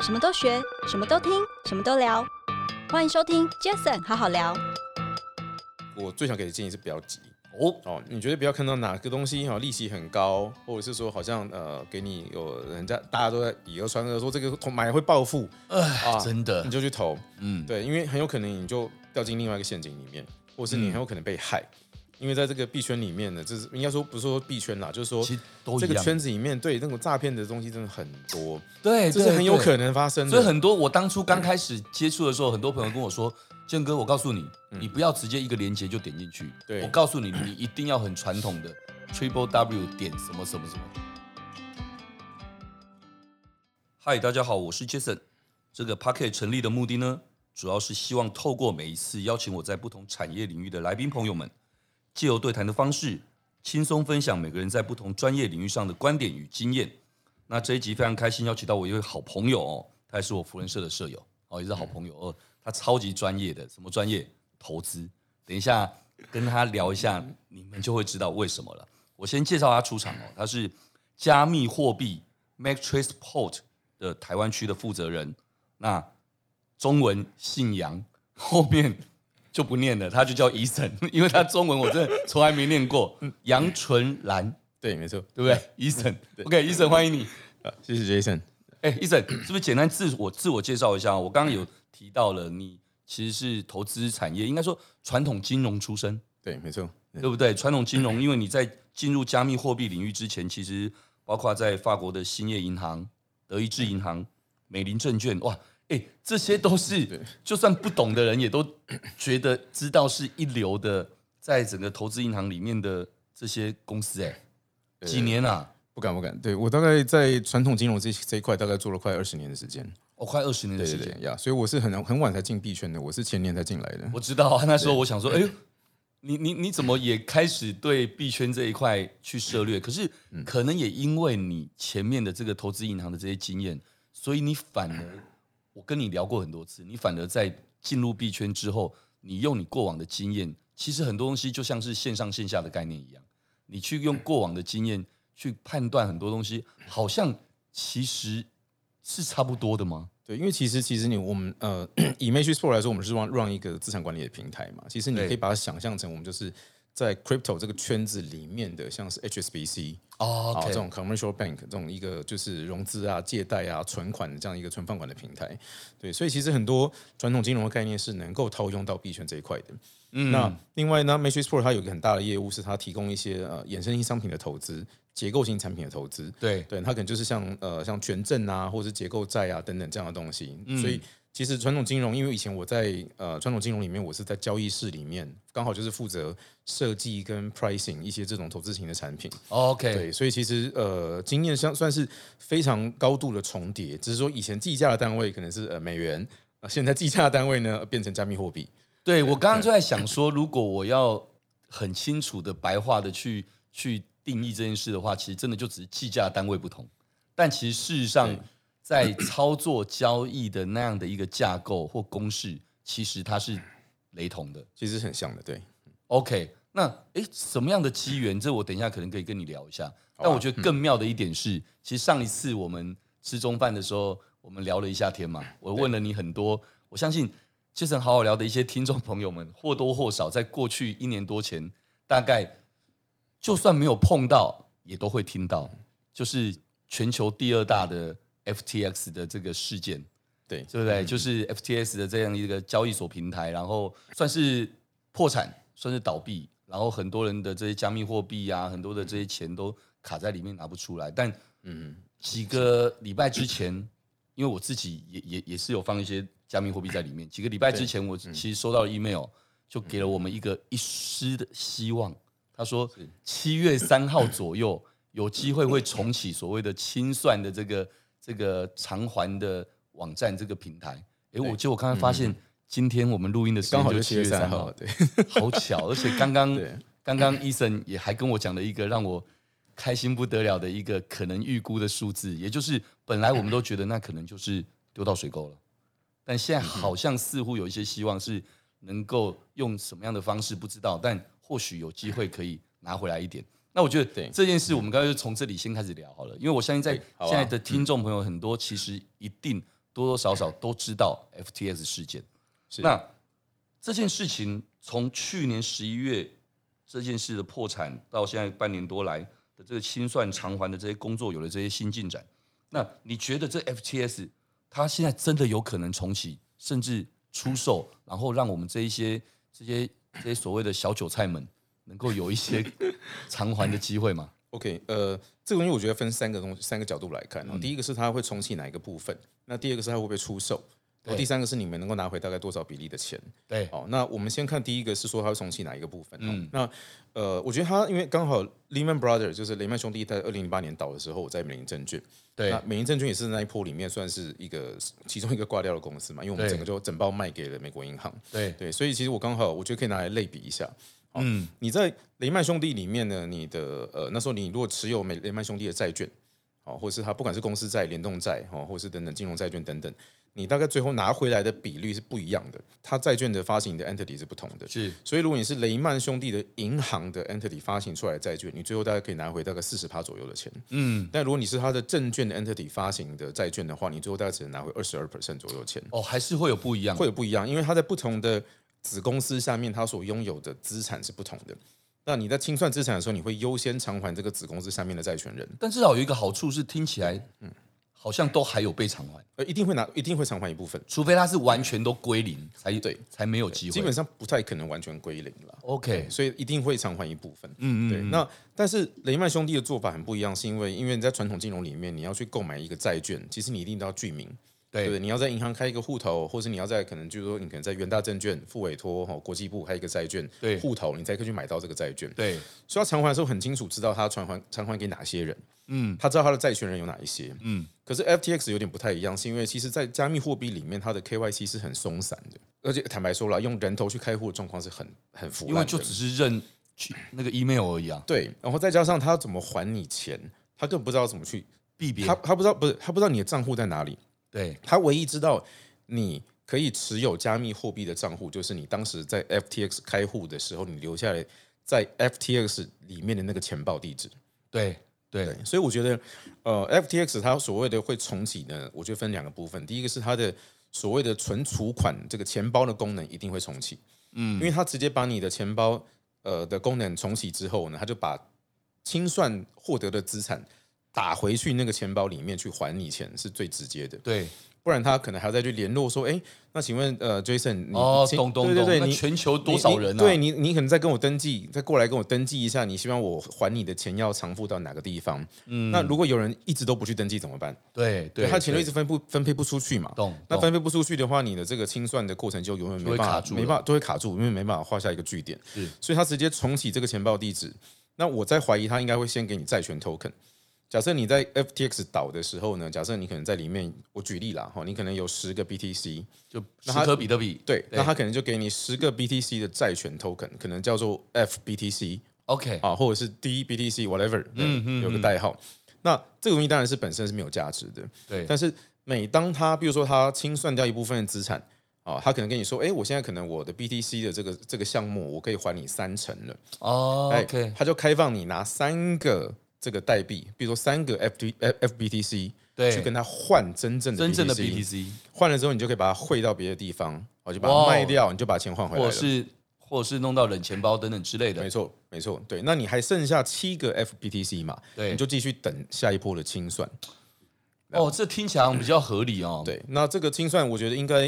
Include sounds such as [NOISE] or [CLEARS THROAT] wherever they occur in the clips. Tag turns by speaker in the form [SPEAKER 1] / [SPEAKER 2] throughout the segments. [SPEAKER 1] 什么都学，什么都听，什么都聊。欢迎收听 Jason 好好聊。
[SPEAKER 2] 我最想给的建议是不要急哦哦，你绝对不要看到哪个东西哈、哦、利息很高，或者是说好像呃给你有人家大家都在以讹传讹说这个投买了会暴富，
[SPEAKER 3] 哎，
[SPEAKER 2] 啊
[SPEAKER 3] 真的
[SPEAKER 2] 你，就去投，
[SPEAKER 3] 嗯，
[SPEAKER 2] 对，因为很有可能你就掉进另外一个陷阱里面，或是你很有可能被害，因为在这个币圈里面呢，就是应该说不是说币圈啦，就是说
[SPEAKER 3] 其实都一
[SPEAKER 2] 这
[SPEAKER 3] 样
[SPEAKER 2] 个圈子里面对那种诈骗的东西真的很多，
[SPEAKER 3] 对，
[SPEAKER 2] 这是很有可
[SPEAKER 3] 能。
[SPEAKER 2] 能发生的，
[SPEAKER 3] 所以很多我当初刚开始接触的时候，很多朋友跟我说：“建哥，我告诉你，
[SPEAKER 2] 嗯
[SPEAKER 3] 你不要直接一个链接就点进去。
[SPEAKER 2] 对
[SPEAKER 3] 我告诉你，你一定要很传统的 triple w 点什么什么什么。”嗨，大家好，我是 Jason。这个 Pocket 成立的目的呢，主要是希望透过每一次邀请我在不同产业领域的来宾朋友们，借由对谈的方式，轻松分享每个人在不同专业领域上的观点与经验。那这一集非常开心，邀请到我一位好朋友哦，他也是我福人社的社友哦，也是好朋友哦，他超级专业的，什么专业？投资。等一下跟他聊一下，你们就会知道为什么了。我先介绍他出场哦，他是加密货币 Matrix Port 的台湾区的负责人。那中文姓杨，后面就不念了，他就叫 Eason，因为 [LAUGHS] 他中文我真的从来没念过。杨纯兰，
[SPEAKER 2] 对，没错，
[SPEAKER 3] 对不对？Eason，OK，Eason，欢迎你。
[SPEAKER 2] 啊，谢谢 Jason，
[SPEAKER 3] 哎、医生，是不是简单自我自我介绍一下？我刚刚有提到了，你其实是投资产业，应该说传统金融出身，
[SPEAKER 2] 对，没错，
[SPEAKER 3] 对不对？传统金融，因为你在进入加密货币领域之前，其实包括在法国的兴业银行、德意志银行、美林证券，哇，哎、这些都是就算不懂的人也都觉得知道是一流的，在整个投资银行里面的这些公司、哎，几年啊？
[SPEAKER 2] 不敢不敢，对我大概在传统金融这这一块大概做了快二十年的时间。
[SPEAKER 3] 哦，快二十年的
[SPEAKER 2] 对
[SPEAKER 3] 时
[SPEAKER 2] 对
[SPEAKER 3] 间。
[SPEAKER 2] 对呀，所以我是很很晚才进币圈的，我是前年才进来的。
[SPEAKER 3] 我知道啊，那时候我想说，哎呦，你你你怎么也开始对币圈这一块去涉略？可是
[SPEAKER 2] 嗯
[SPEAKER 3] 可能也因为你前面的这个投资银行的这些经验，所以你反而，我跟你聊过很多次，你反而在进入币圈之后，你用你过往的经验，其实很多东西就像是线上线下的概念一样，你去用过往的经验去判断很多东西，好像其实是差不多的吗？
[SPEAKER 2] 对，因为其实其实你我们呃，以 Matrix Pro 来说，我们是让让一个资产管理的平台嘛。其实你
[SPEAKER 3] 对
[SPEAKER 2] 可以把它想象成我们就是在 crypto 这个圈子里面的，像是 HSBC
[SPEAKER 3] 哦
[SPEAKER 2] 啊、这种 commercial bank 这种一个就是融资啊、借贷啊、存款的这样一个存放款的平台。对，所以其实很多传统金融的概念是能够套用到币圈这一块的。
[SPEAKER 3] 嗯
[SPEAKER 2] 那另外呢，Matrix Pro 它有一个很大的业务是它提供一些呃衍生性商品的投资、结构性产品的投资。
[SPEAKER 3] 对
[SPEAKER 2] 对，它可能就是像呃像权证啊，或是结构债啊等等这样的东西。所以其实传统金融，因为以前我在呃传统金融里面，我是在交易室里面，刚好就是负责设计跟 pricing 一些这种投资型的产品。
[SPEAKER 3] 哦，OK，
[SPEAKER 2] 对，所以其实呃经验相算是非常高度的重叠，只是说以前计价的单位可能是呃美元。呃现在计价的单位呢，呃变成加密货币，
[SPEAKER 3] 对我刚刚就在想说，如果我要很清楚的白话的去去定义这件事的话，其实真的就只是计价单位不同，但其实事实上在操作交易的那样的一个架构或公式，其实它是雷同的。
[SPEAKER 2] 其实很像的，对。
[SPEAKER 3] OK，那诶，什么样的机缘？这我等一下可能可以跟你聊一下。但我觉得更妙的一点是，其实上一次我们吃中饭的时候，我们聊了一下天嘛，我问了你很多，我相信杰森好好聊的一些听众朋友们，或多或少在过去一年多前，大概就算没有碰到，也都会听到，就是全球第二大的 FTX 的这个事件。
[SPEAKER 2] 对嗯
[SPEAKER 3] 对不对？就是 FTS 的这样一个交易所平台，然后算是破产，算是倒闭，然后很多人的这些加密货币啊，很多的这些钱都卡在里面拿不出来。但
[SPEAKER 2] 嗯，
[SPEAKER 3] 几个礼拜之前，因为我自己也也也是有放一些加密货币在里面，几个礼拜之前，我其实收到了 email，就给了我们一个一丝的希望。他说七月三号左右有机会会重启所谓的清算的这个这个偿还的网站这个平台。诶，我结果刚才发现，今天我们录音的时间
[SPEAKER 2] 刚好
[SPEAKER 3] 嗯就
[SPEAKER 2] 就
[SPEAKER 3] 七
[SPEAKER 2] 七
[SPEAKER 3] 月
[SPEAKER 2] 月
[SPEAKER 3] 三
[SPEAKER 2] 三
[SPEAKER 3] 号
[SPEAKER 2] 号，，对， [LAUGHS]
[SPEAKER 3] 好巧，而且刚刚
[SPEAKER 2] 对
[SPEAKER 3] 刚刚医生也还跟我讲了一个让我开心不得了的一个可能预估的数字，也就是本来我们都觉得那可能就是丢到水沟了，但
[SPEAKER 2] 嗯
[SPEAKER 3] 现在好像似乎有一些希望是能够用什么样的方式不知道，但或许有机会可以拿回来一点。那我觉得
[SPEAKER 2] 对
[SPEAKER 3] 这件事我们刚刚就从这里先开始聊好了，因为我相信在
[SPEAKER 2] 对好啊
[SPEAKER 3] 现在的听众朋友很多，其实一定多多少少都知道 FTS 事件。
[SPEAKER 2] 是
[SPEAKER 3] 那这件事情从去年十一月这件事的破产到现在半年多来的这个清算偿还的这些工作有了这些新进展，那你觉得这 FTS 它现在真的有可能重启，甚至出售，然后让我们这一些这些这些所谓的小韭菜们能够有
[SPEAKER 2] [LAUGHS]
[SPEAKER 3] 一些偿还的机会吗？
[SPEAKER 2] OK，呃，这个东西我觉得分三个东三个角度来看、哦。第一个是它会重启哪一个部分，那第二个是它会不会出售，然
[SPEAKER 3] 对
[SPEAKER 2] 后第三个是你们能够拿回大概多少比例的钱。
[SPEAKER 3] 对
[SPEAKER 2] 好，哦那我们先看第一个是说它会重启哪一个部分。嗯，那呃，我觉得它因为刚好 Lehman Brothers 就是雷曼兄弟在二零零八年倒的时候，我在美林证券，
[SPEAKER 3] 对
[SPEAKER 2] 那美林证券也是那一波里面算是一个其中一个挂掉的公司嘛，因为我们
[SPEAKER 3] 对
[SPEAKER 2] 整个就整包卖给了美国银行。
[SPEAKER 3] 对
[SPEAKER 2] 对，所以其实我刚好我觉得可以拿来类比一下。
[SPEAKER 3] 嗯，
[SPEAKER 2] 你在雷曼兄弟里面呢，你的呃那时候你如果持有美雷曼兄弟的债券，哦，或是它不管是公司债、联动债，哦，或是等等金融债券等等，你大概最后拿回来的比率是不一样的，它债券的发行的 entity 是不同的。
[SPEAKER 3] 是
[SPEAKER 2] 所以，如果你是雷曼兄弟的银行的 entity 发行出来的债券，你最后大概可以拿回大概四十趴左右的钱。
[SPEAKER 3] 嗯，
[SPEAKER 2] 但如果你是它的证券的 entity 发行的债券的话，你最后大概只能拿回二十二 percent 左右的钱。
[SPEAKER 3] 哦，还是会有不一样，
[SPEAKER 2] 会有不一样，因为它在不同的子公司下面，它所拥有的资产是不同的。那你在清算资产的时候，你会优先偿还这个子公司下面的债权人，
[SPEAKER 3] 但至少有一个好处是，听起来嗯，好像都还有被偿还，
[SPEAKER 2] 呃，一定会拿，一定会偿还一部分，
[SPEAKER 3] 除非它是完全都归零，才
[SPEAKER 2] 对
[SPEAKER 3] 才没有机会。
[SPEAKER 2] 基本上不太可能完全归零了。
[SPEAKER 3] OK，
[SPEAKER 2] 所以一定会偿还一部分。
[SPEAKER 3] 嗯
[SPEAKER 2] 对，那但是雷曼兄弟的做法很不一样，是因为因为你在传统金融里面，你要去购买一个债券，其实你一定都要具名，对不对，
[SPEAKER 3] 对
[SPEAKER 2] 你要在银行开一个户头，或是你要在可能就是说你可能在元大证券、副委托、哦、国际部开一个债券
[SPEAKER 3] 对
[SPEAKER 2] 户头，你才可以去买到这个债券。
[SPEAKER 3] 对
[SPEAKER 2] 所以他偿还的时候很清楚知道他偿还偿还给哪些人，嗯，他知道他的债权人有哪一些，嗯。可是 FTX 有点不太一样，是因为其实，在加密货币里面，它的 KYC 是很松散的，而且坦白说了，用人头去开户的状况是很很腐
[SPEAKER 3] 因为
[SPEAKER 2] 烂
[SPEAKER 3] 就
[SPEAKER 2] 的
[SPEAKER 3] 只，是认去那个 email 而已啊，
[SPEAKER 2] 对。然后再加上他怎么还你钱，他更不知道怎么去，
[SPEAKER 3] 币别
[SPEAKER 2] 他他不知道不是他不知道你的账户在哪里，
[SPEAKER 3] 对
[SPEAKER 2] 他唯一知道你可以持有加密货币的账户，就是你当时在 FTX 开户的时候，你留下来在 FTX 里面的那个钱包地址。
[SPEAKER 3] 对对
[SPEAKER 2] 所以我觉得，呃，FTX 它所谓的会重启呢，我觉得分两个部分。第一个是它的所谓的存储款这个钱包的功能一定会重启，嗯，因为它直接把你的钱包呃的功能重启之后呢，它就把清算获得的资产打回去那个钱包里面去还你钱，是最直接的。
[SPEAKER 3] 对
[SPEAKER 2] 不然他可能还要再去联络说，哎、那请问呃，Jason，你
[SPEAKER 3] 哦，
[SPEAKER 2] 请
[SPEAKER 3] 懂懂
[SPEAKER 2] 对
[SPEAKER 3] 懂，
[SPEAKER 2] 对对，
[SPEAKER 3] 那
[SPEAKER 2] 你
[SPEAKER 3] 全球多少人
[SPEAKER 2] 你你
[SPEAKER 3] 啊？
[SPEAKER 2] 对你，你可能再跟我登记，再过来跟我登记一下，你希望我还你的钱要偿付到哪个地方？嗯，那如果有人一直都不去登记怎么办？
[SPEAKER 3] 对对，
[SPEAKER 2] 他钱就一直
[SPEAKER 3] 对
[SPEAKER 2] 分不分配不出去嘛。
[SPEAKER 3] 懂
[SPEAKER 2] 那
[SPEAKER 3] 懂
[SPEAKER 2] 分配不出去的话，你的这个清算的过程就永远没办
[SPEAKER 3] 就会
[SPEAKER 2] 法
[SPEAKER 3] 卡住了
[SPEAKER 2] 没办法都会卡住，因为没办法画下一个句点
[SPEAKER 3] 是。
[SPEAKER 2] 所以他直接重启这个钱包地址。那我在怀疑他应该会先给你债权 token。假设你在 FTX 倒的时候呢，假设你可能在里面，我举例啦，哈，你可能有十个 BTC，
[SPEAKER 3] 就
[SPEAKER 2] 那
[SPEAKER 3] 十
[SPEAKER 2] 他
[SPEAKER 3] 颗比特币，
[SPEAKER 2] 对，那他可能就给你十个 BTC 的债权 token，可能叫做 FBTC
[SPEAKER 3] OK
[SPEAKER 2] 啊，或者是 DBTC whatever，嗯
[SPEAKER 3] 嗯
[SPEAKER 2] 有个代号。那这个东西当然是本身是没有价值的，
[SPEAKER 3] 对
[SPEAKER 2] 但是每当他比如说他清算掉一部分的资产啊，他可能跟你说，哎，我现在可能我的 BTC 的这个这个项目，我可以还你三成了，
[SPEAKER 3] 哦
[SPEAKER 2] 哎
[SPEAKER 3] OK
[SPEAKER 2] 他就开放你拿三个这个代币，比如说三个 FD FBTC
[SPEAKER 3] 对
[SPEAKER 2] 去跟他换真正的
[SPEAKER 3] 真正的 BTC
[SPEAKER 2] 换了之后，你就可以把它汇到别的地方，哦，就把
[SPEAKER 3] 哇哦
[SPEAKER 2] 它卖掉，你就把钱换回来
[SPEAKER 3] 或
[SPEAKER 2] 了。
[SPEAKER 3] 者是或者是弄到冷钱包等等之类
[SPEAKER 2] 没
[SPEAKER 3] 的，
[SPEAKER 2] 错，没错，对。那你还剩下七个 FBTC 嘛？
[SPEAKER 3] 对
[SPEAKER 2] 你就继续等下一波的清算。
[SPEAKER 3] 哦，这听起来好像比较合理哦，
[SPEAKER 2] 对，那这个清算，我觉得应该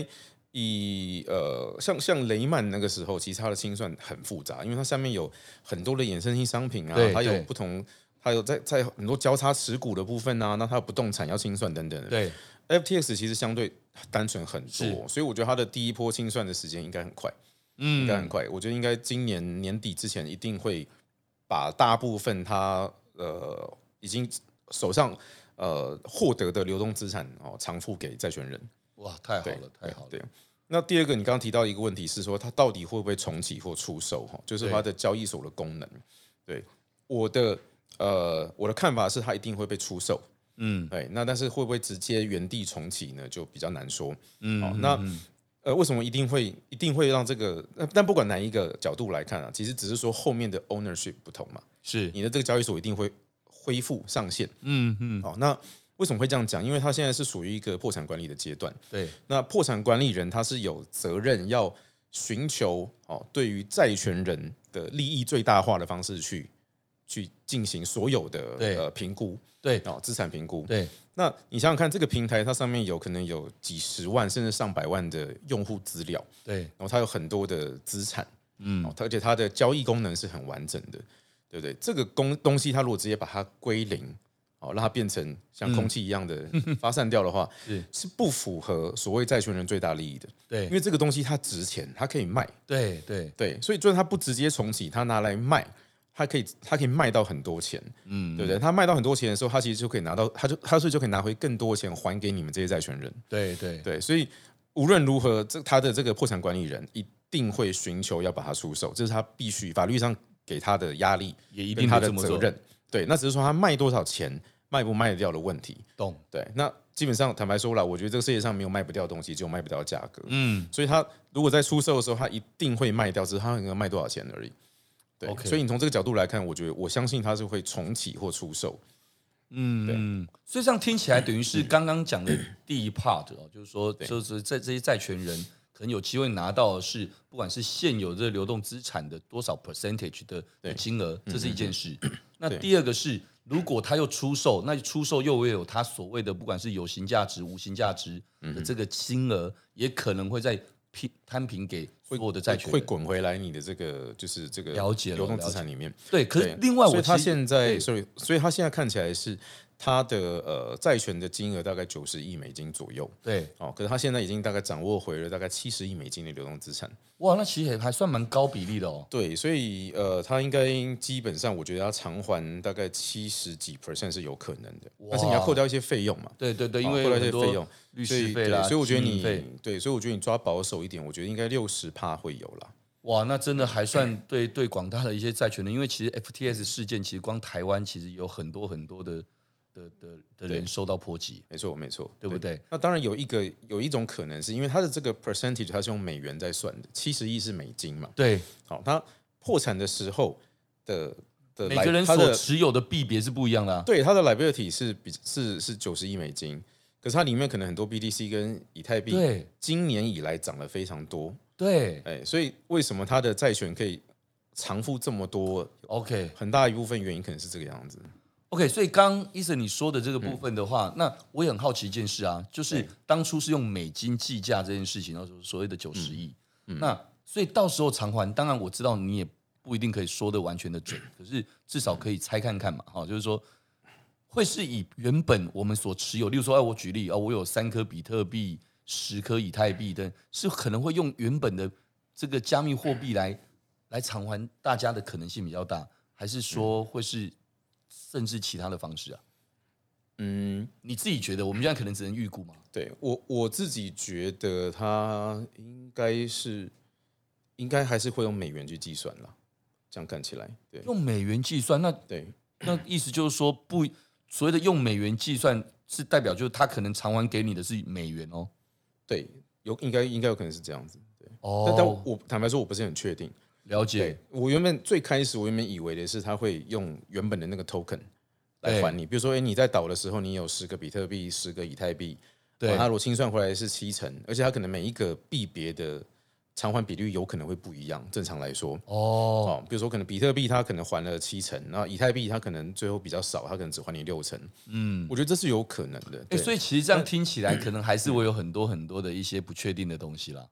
[SPEAKER 2] 以呃，像像雷曼那个时候，其实它的清算很复杂，因为它下面有很多的衍生性商品啊
[SPEAKER 3] 对，
[SPEAKER 2] 它有
[SPEAKER 3] 对
[SPEAKER 2] 不同，它有在在很多交叉持股的部分啊，那它有不动产要清算等等的。
[SPEAKER 3] 对
[SPEAKER 2] FTX 其实相对单纯很多，
[SPEAKER 3] 是
[SPEAKER 2] 所以我觉得它的第一波清算的时间应该很快，应该很
[SPEAKER 3] 嗯，
[SPEAKER 2] 快。我觉得应该今年年底之前一定会把大部分它呃已经手上呃获得的流动资产哦偿付给债权人。
[SPEAKER 3] 哇，太好
[SPEAKER 2] 对
[SPEAKER 3] 了，太好了，
[SPEAKER 2] 对，那第二个你刚刚提到一个问题是说它到底会不会重启或出售哈，就是它的交易所的功能。对，我的呃我的看法是它一定会被出售。
[SPEAKER 3] 嗯
[SPEAKER 2] 对，那但是会不会直接原地重启呢？就比较难说。嗯，好、那呃，为什么一定会一定会让这个？呃但不管哪一个角度来看啊，其实只是说后面的 ownership 不同嘛，
[SPEAKER 3] 是，
[SPEAKER 2] 你的这个交易所一定会恢复上限。
[SPEAKER 3] 嗯嗯，
[SPEAKER 2] 好、那为什么会这样讲？因为它现在是属于一个破产管理的阶段。
[SPEAKER 3] 对，
[SPEAKER 2] 那破产管理人他是有责任要寻求哦，对于债权人的利益最大化的方式去去进行所有的
[SPEAKER 3] 对
[SPEAKER 2] 呃评估，
[SPEAKER 3] 对
[SPEAKER 2] 哦，资产评估。
[SPEAKER 3] 对，
[SPEAKER 2] 那你想想看，这个平台它上面有可能有几十万甚至上百万的用户资料，
[SPEAKER 3] 对，
[SPEAKER 2] 然后它有很多的资产，
[SPEAKER 3] 嗯
[SPEAKER 2] 哦，它而且它的交易功能是很完整的，对不对？这个公东西，它如果直接把它归零，哦，让它变成像空气一样的 [LAUGHS] 发散掉的话，
[SPEAKER 3] 是
[SPEAKER 2] 是不符合所谓债权人最大利益的，
[SPEAKER 3] 对，
[SPEAKER 2] 因为这个东西它值钱，它可以卖，
[SPEAKER 3] 对对，
[SPEAKER 2] 对，所以就算它不直接重启，它拿来卖，它可以它可以卖到很多钱，
[SPEAKER 3] 嗯，
[SPEAKER 2] 对不对？它卖到很多钱的时候，它其实就可以拿到，它就它所以就可以拿回更多钱还给你们这些债权人，
[SPEAKER 3] 对对
[SPEAKER 2] 对，所以无论如何，这他的这个破产管理人一定会寻求要把它出售，这是他必须法律上给他的压力，
[SPEAKER 3] 也一
[SPEAKER 2] 一
[SPEAKER 3] 定
[SPEAKER 2] 他
[SPEAKER 3] 会
[SPEAKER 2] 的
[SPEAKER 3] 这么
[SPEAKER 2] 责
[SPEAKER 3] 做，
[SPEAKER 2] 任。对，那只是说他卖多少钱，卖不卖得掉的问题。
[SPEAKER 3] 懂？
[SPEAKER 2] 对，那基本上坦白说了，我觉得这个世界上没有卖不掉的东西，只有卖不掉的价格。
[SPEAKER 3] 嗯，
[SPEAKER 2] 所以他如果在出售的时候，他一定会卖掉，只是他能卖多少钱而已。对
[SPEAKER 3] OK
[SPEAKER 2] 所以你从这个角度来看，我觉得我相信他是会重启或出售。
[SPEAKER 3] 嗯，所以这样听起来等
[SPEAKER 2] [CLEARS THROAT]
[SPEAKER 3] 于是刚刚讲的第一 part 哦，就是说，
[SPEAKER 2] 对
[SPEAKER 3] 就是在这些债权人可能有机会拿到的是，不管是现有这流动资产的多少 percentage 的的
[SPEAKER 2] 对嗯
[SPEAKER 3] 金额，这是一件事。那
[SPEAKER 2] 对
[SPEAKER 3] 第二个是，如果他又出售，那出售又会有他所谓的不管是有形价值、无形价值
[SPEAKER 2] 嗯
[SPEAKER 3] 的这个金额，也可能会在平摊平给所有的债权
[SPEAKER 2] 会
[SPEAKER 3] 人。
[SPEAKER 2] 滚回来你的这个就是这个
[SPEAKER 3] 了解了
[SPEAKER 2] 流动
[SPEAKER 3] 了
[SPEAKER 2] 资
[SPEAKER 3] 解
[SPEAKER 2] 产里面。
[SPEAKER 3] 对，可是
[SPEAKER 2] 对
[SPEAKER 3] 另外
[SPEAKER 2] 所
[SPEAKER 3] 我
[SPEAKER 2] 以他
[SPEAKER 3] 其实
[SPEAKER 2] 现在，
[SPEAKER 3] 对
[SPEAKER 2] 所以所以他现在看起来是他的呃债权的金额大概九十亿美金左右
[SPEAKER 3] 对
[SPEAKER 2] 哦，可是他现在已经大概掌握回了大概七十亿美金的流动资产，
[SPEAKER 3] 哇，那其实也还算蛮高比例的哦。
[SPEAKER 2] 对，所以呃，他应该基本上我觉得他偿还大概七十几 percent 是有可能的，但是你要
[SPEAKER 3] 哇
[SPEAKER 2] 扣掉一些费用嘛，
[SPEAKER 3] 对对对，因
[SPEAKER 2] 哦
[SPEAKER 3] 为
[SPEAKER 2] 扣掉
[SPEAKER 3] 有
[SPEAKER 2] 一些
[SPEAKER 3] 很多
[SPEAKER 2] 费用，
[SPEAKER 3] 律
[SPEAKER 2] 所
[SPEAKER 3] 师
[SPEAKER 2] 以
[SPEAKER 3] 费
[SPEAKER 2] 对，
[SPEAKER 3] 啦，
[SPEAKER 2] 所以我觉得
[SPEAKER 3] 经营费
[SPEAKER 2] 你对，所以我觉得你抓保守一点，我觉得应该六十趴会有啦。
[SPEAKER 3] 哇，那真的还算对对广大的一些债权人，因为其实 FTS 事件，其实光台湾其实有很多很多的的的的人
[SPEAKER 2] 对
[SPEAKER 3] 受到波及，
[SPEAKER 2] 没错，没错，
[SPEAKER 3] 对不对？
[SPEAKER 2] 那当然有一个有一种可能是因为它的这个 percentage 它是用美元在算的，七十亿是美金嘛。
[SPEAKER 3] 对，
[SPEAKER 2] 好，它破产的时候的的
[SPEAKER 3] 每
[SPEAKER 2] 来
[SPEAKER 3] 个人
[SPEAKER 2] 它
[SPEAKER 3] 所
[SPEAKER 2] 的
[SPEAKER 3] 持有的币别是不一样的啊、
[SPEAKER 2] 对它的 liability 是比是是九十亿美金，可是它里面可能很多 BTC 跟以太币，
[SPEAKER 3] 对
[SPEAKER 2] 今年以来涨了非常多，
[SPEAKER 3] 对
[SPEAKER 2] 哎，所以为什么它的债权可以偿付这么多？
[SPEAKER 3] ，OK
[SPEAKER 2] 很大一部分原因可能是这个样子。
[SPEAKER 3] OK，所以刚医生你说的这个部分的话，那我也很好奇一件事啊，就是
[SPEAKER 2] 对
[SPEAKER 3] 当初是用美金计价这件事情，然后所谓的九十亿，那所以到时候偿还，当然我知道你也不一定可以说的完全的准，可是至少可以猜看看嘛，哈、就是说会是以原本我们所持有，例如说，哎，我举例啊、哦，我有三颗比特币、十颗以太币等，是可能会用原本的这个加密货币来来偿还大家的可能性比较大，还是说会是甚至其他的方式啊？
[SPEAKER 2] 嗯，
[SPEAKER 3] 你自己觉得，我们现在可能只能预估嘛？
[SPEAKER 2] 对我我自己觉得它应该是应该还是会用美元去计算啦，这样看起来，对
[SPEAKER 3] 用美元计算， [CLEARS THROAT] 那
[SPEAKER 2] 对
[SPEAKER 3] 那意思就是说不，所谓的用美元计算是代表就是他可能偿还给你的是美元哦。
[SPEAKER 2] 对，有应该应该有可能是这样子，对。但但
[SPEAKER 3] 哦，
[SPEAKER 2] 我坦白说，我不是很确定。
[SPEAKER 3] 了解，
[SPEAKER 2] 我原本最开始我原本以为的是他会用原本的那个 token 来还你，比如说，哎、你在倒的时候，你有十个比特币，十个以太币，
[SPEAKER 3] 对
[SPEAKER 2] 哇哦它如果清算回来是七成，而且它可能每一个币别的偿还比率有可能会不一样，正常来说。
[SPEAKER 3] 哦，
[SPEAKER 2] 哦，比如说可能比特币它可能还了七成，然后以太币它可能最后比较少，它可能只还你六成。
[SPEAKER 3] 嗯。
[SPEAKER 2] 我觉得这是有可能的。
[SPEAKER 3] 哎、
[SPEAKER 2] 对，
[SPEAKER 3] 所以其实这样听起来，可能还是会有很多很多的一些不确定的东西啦。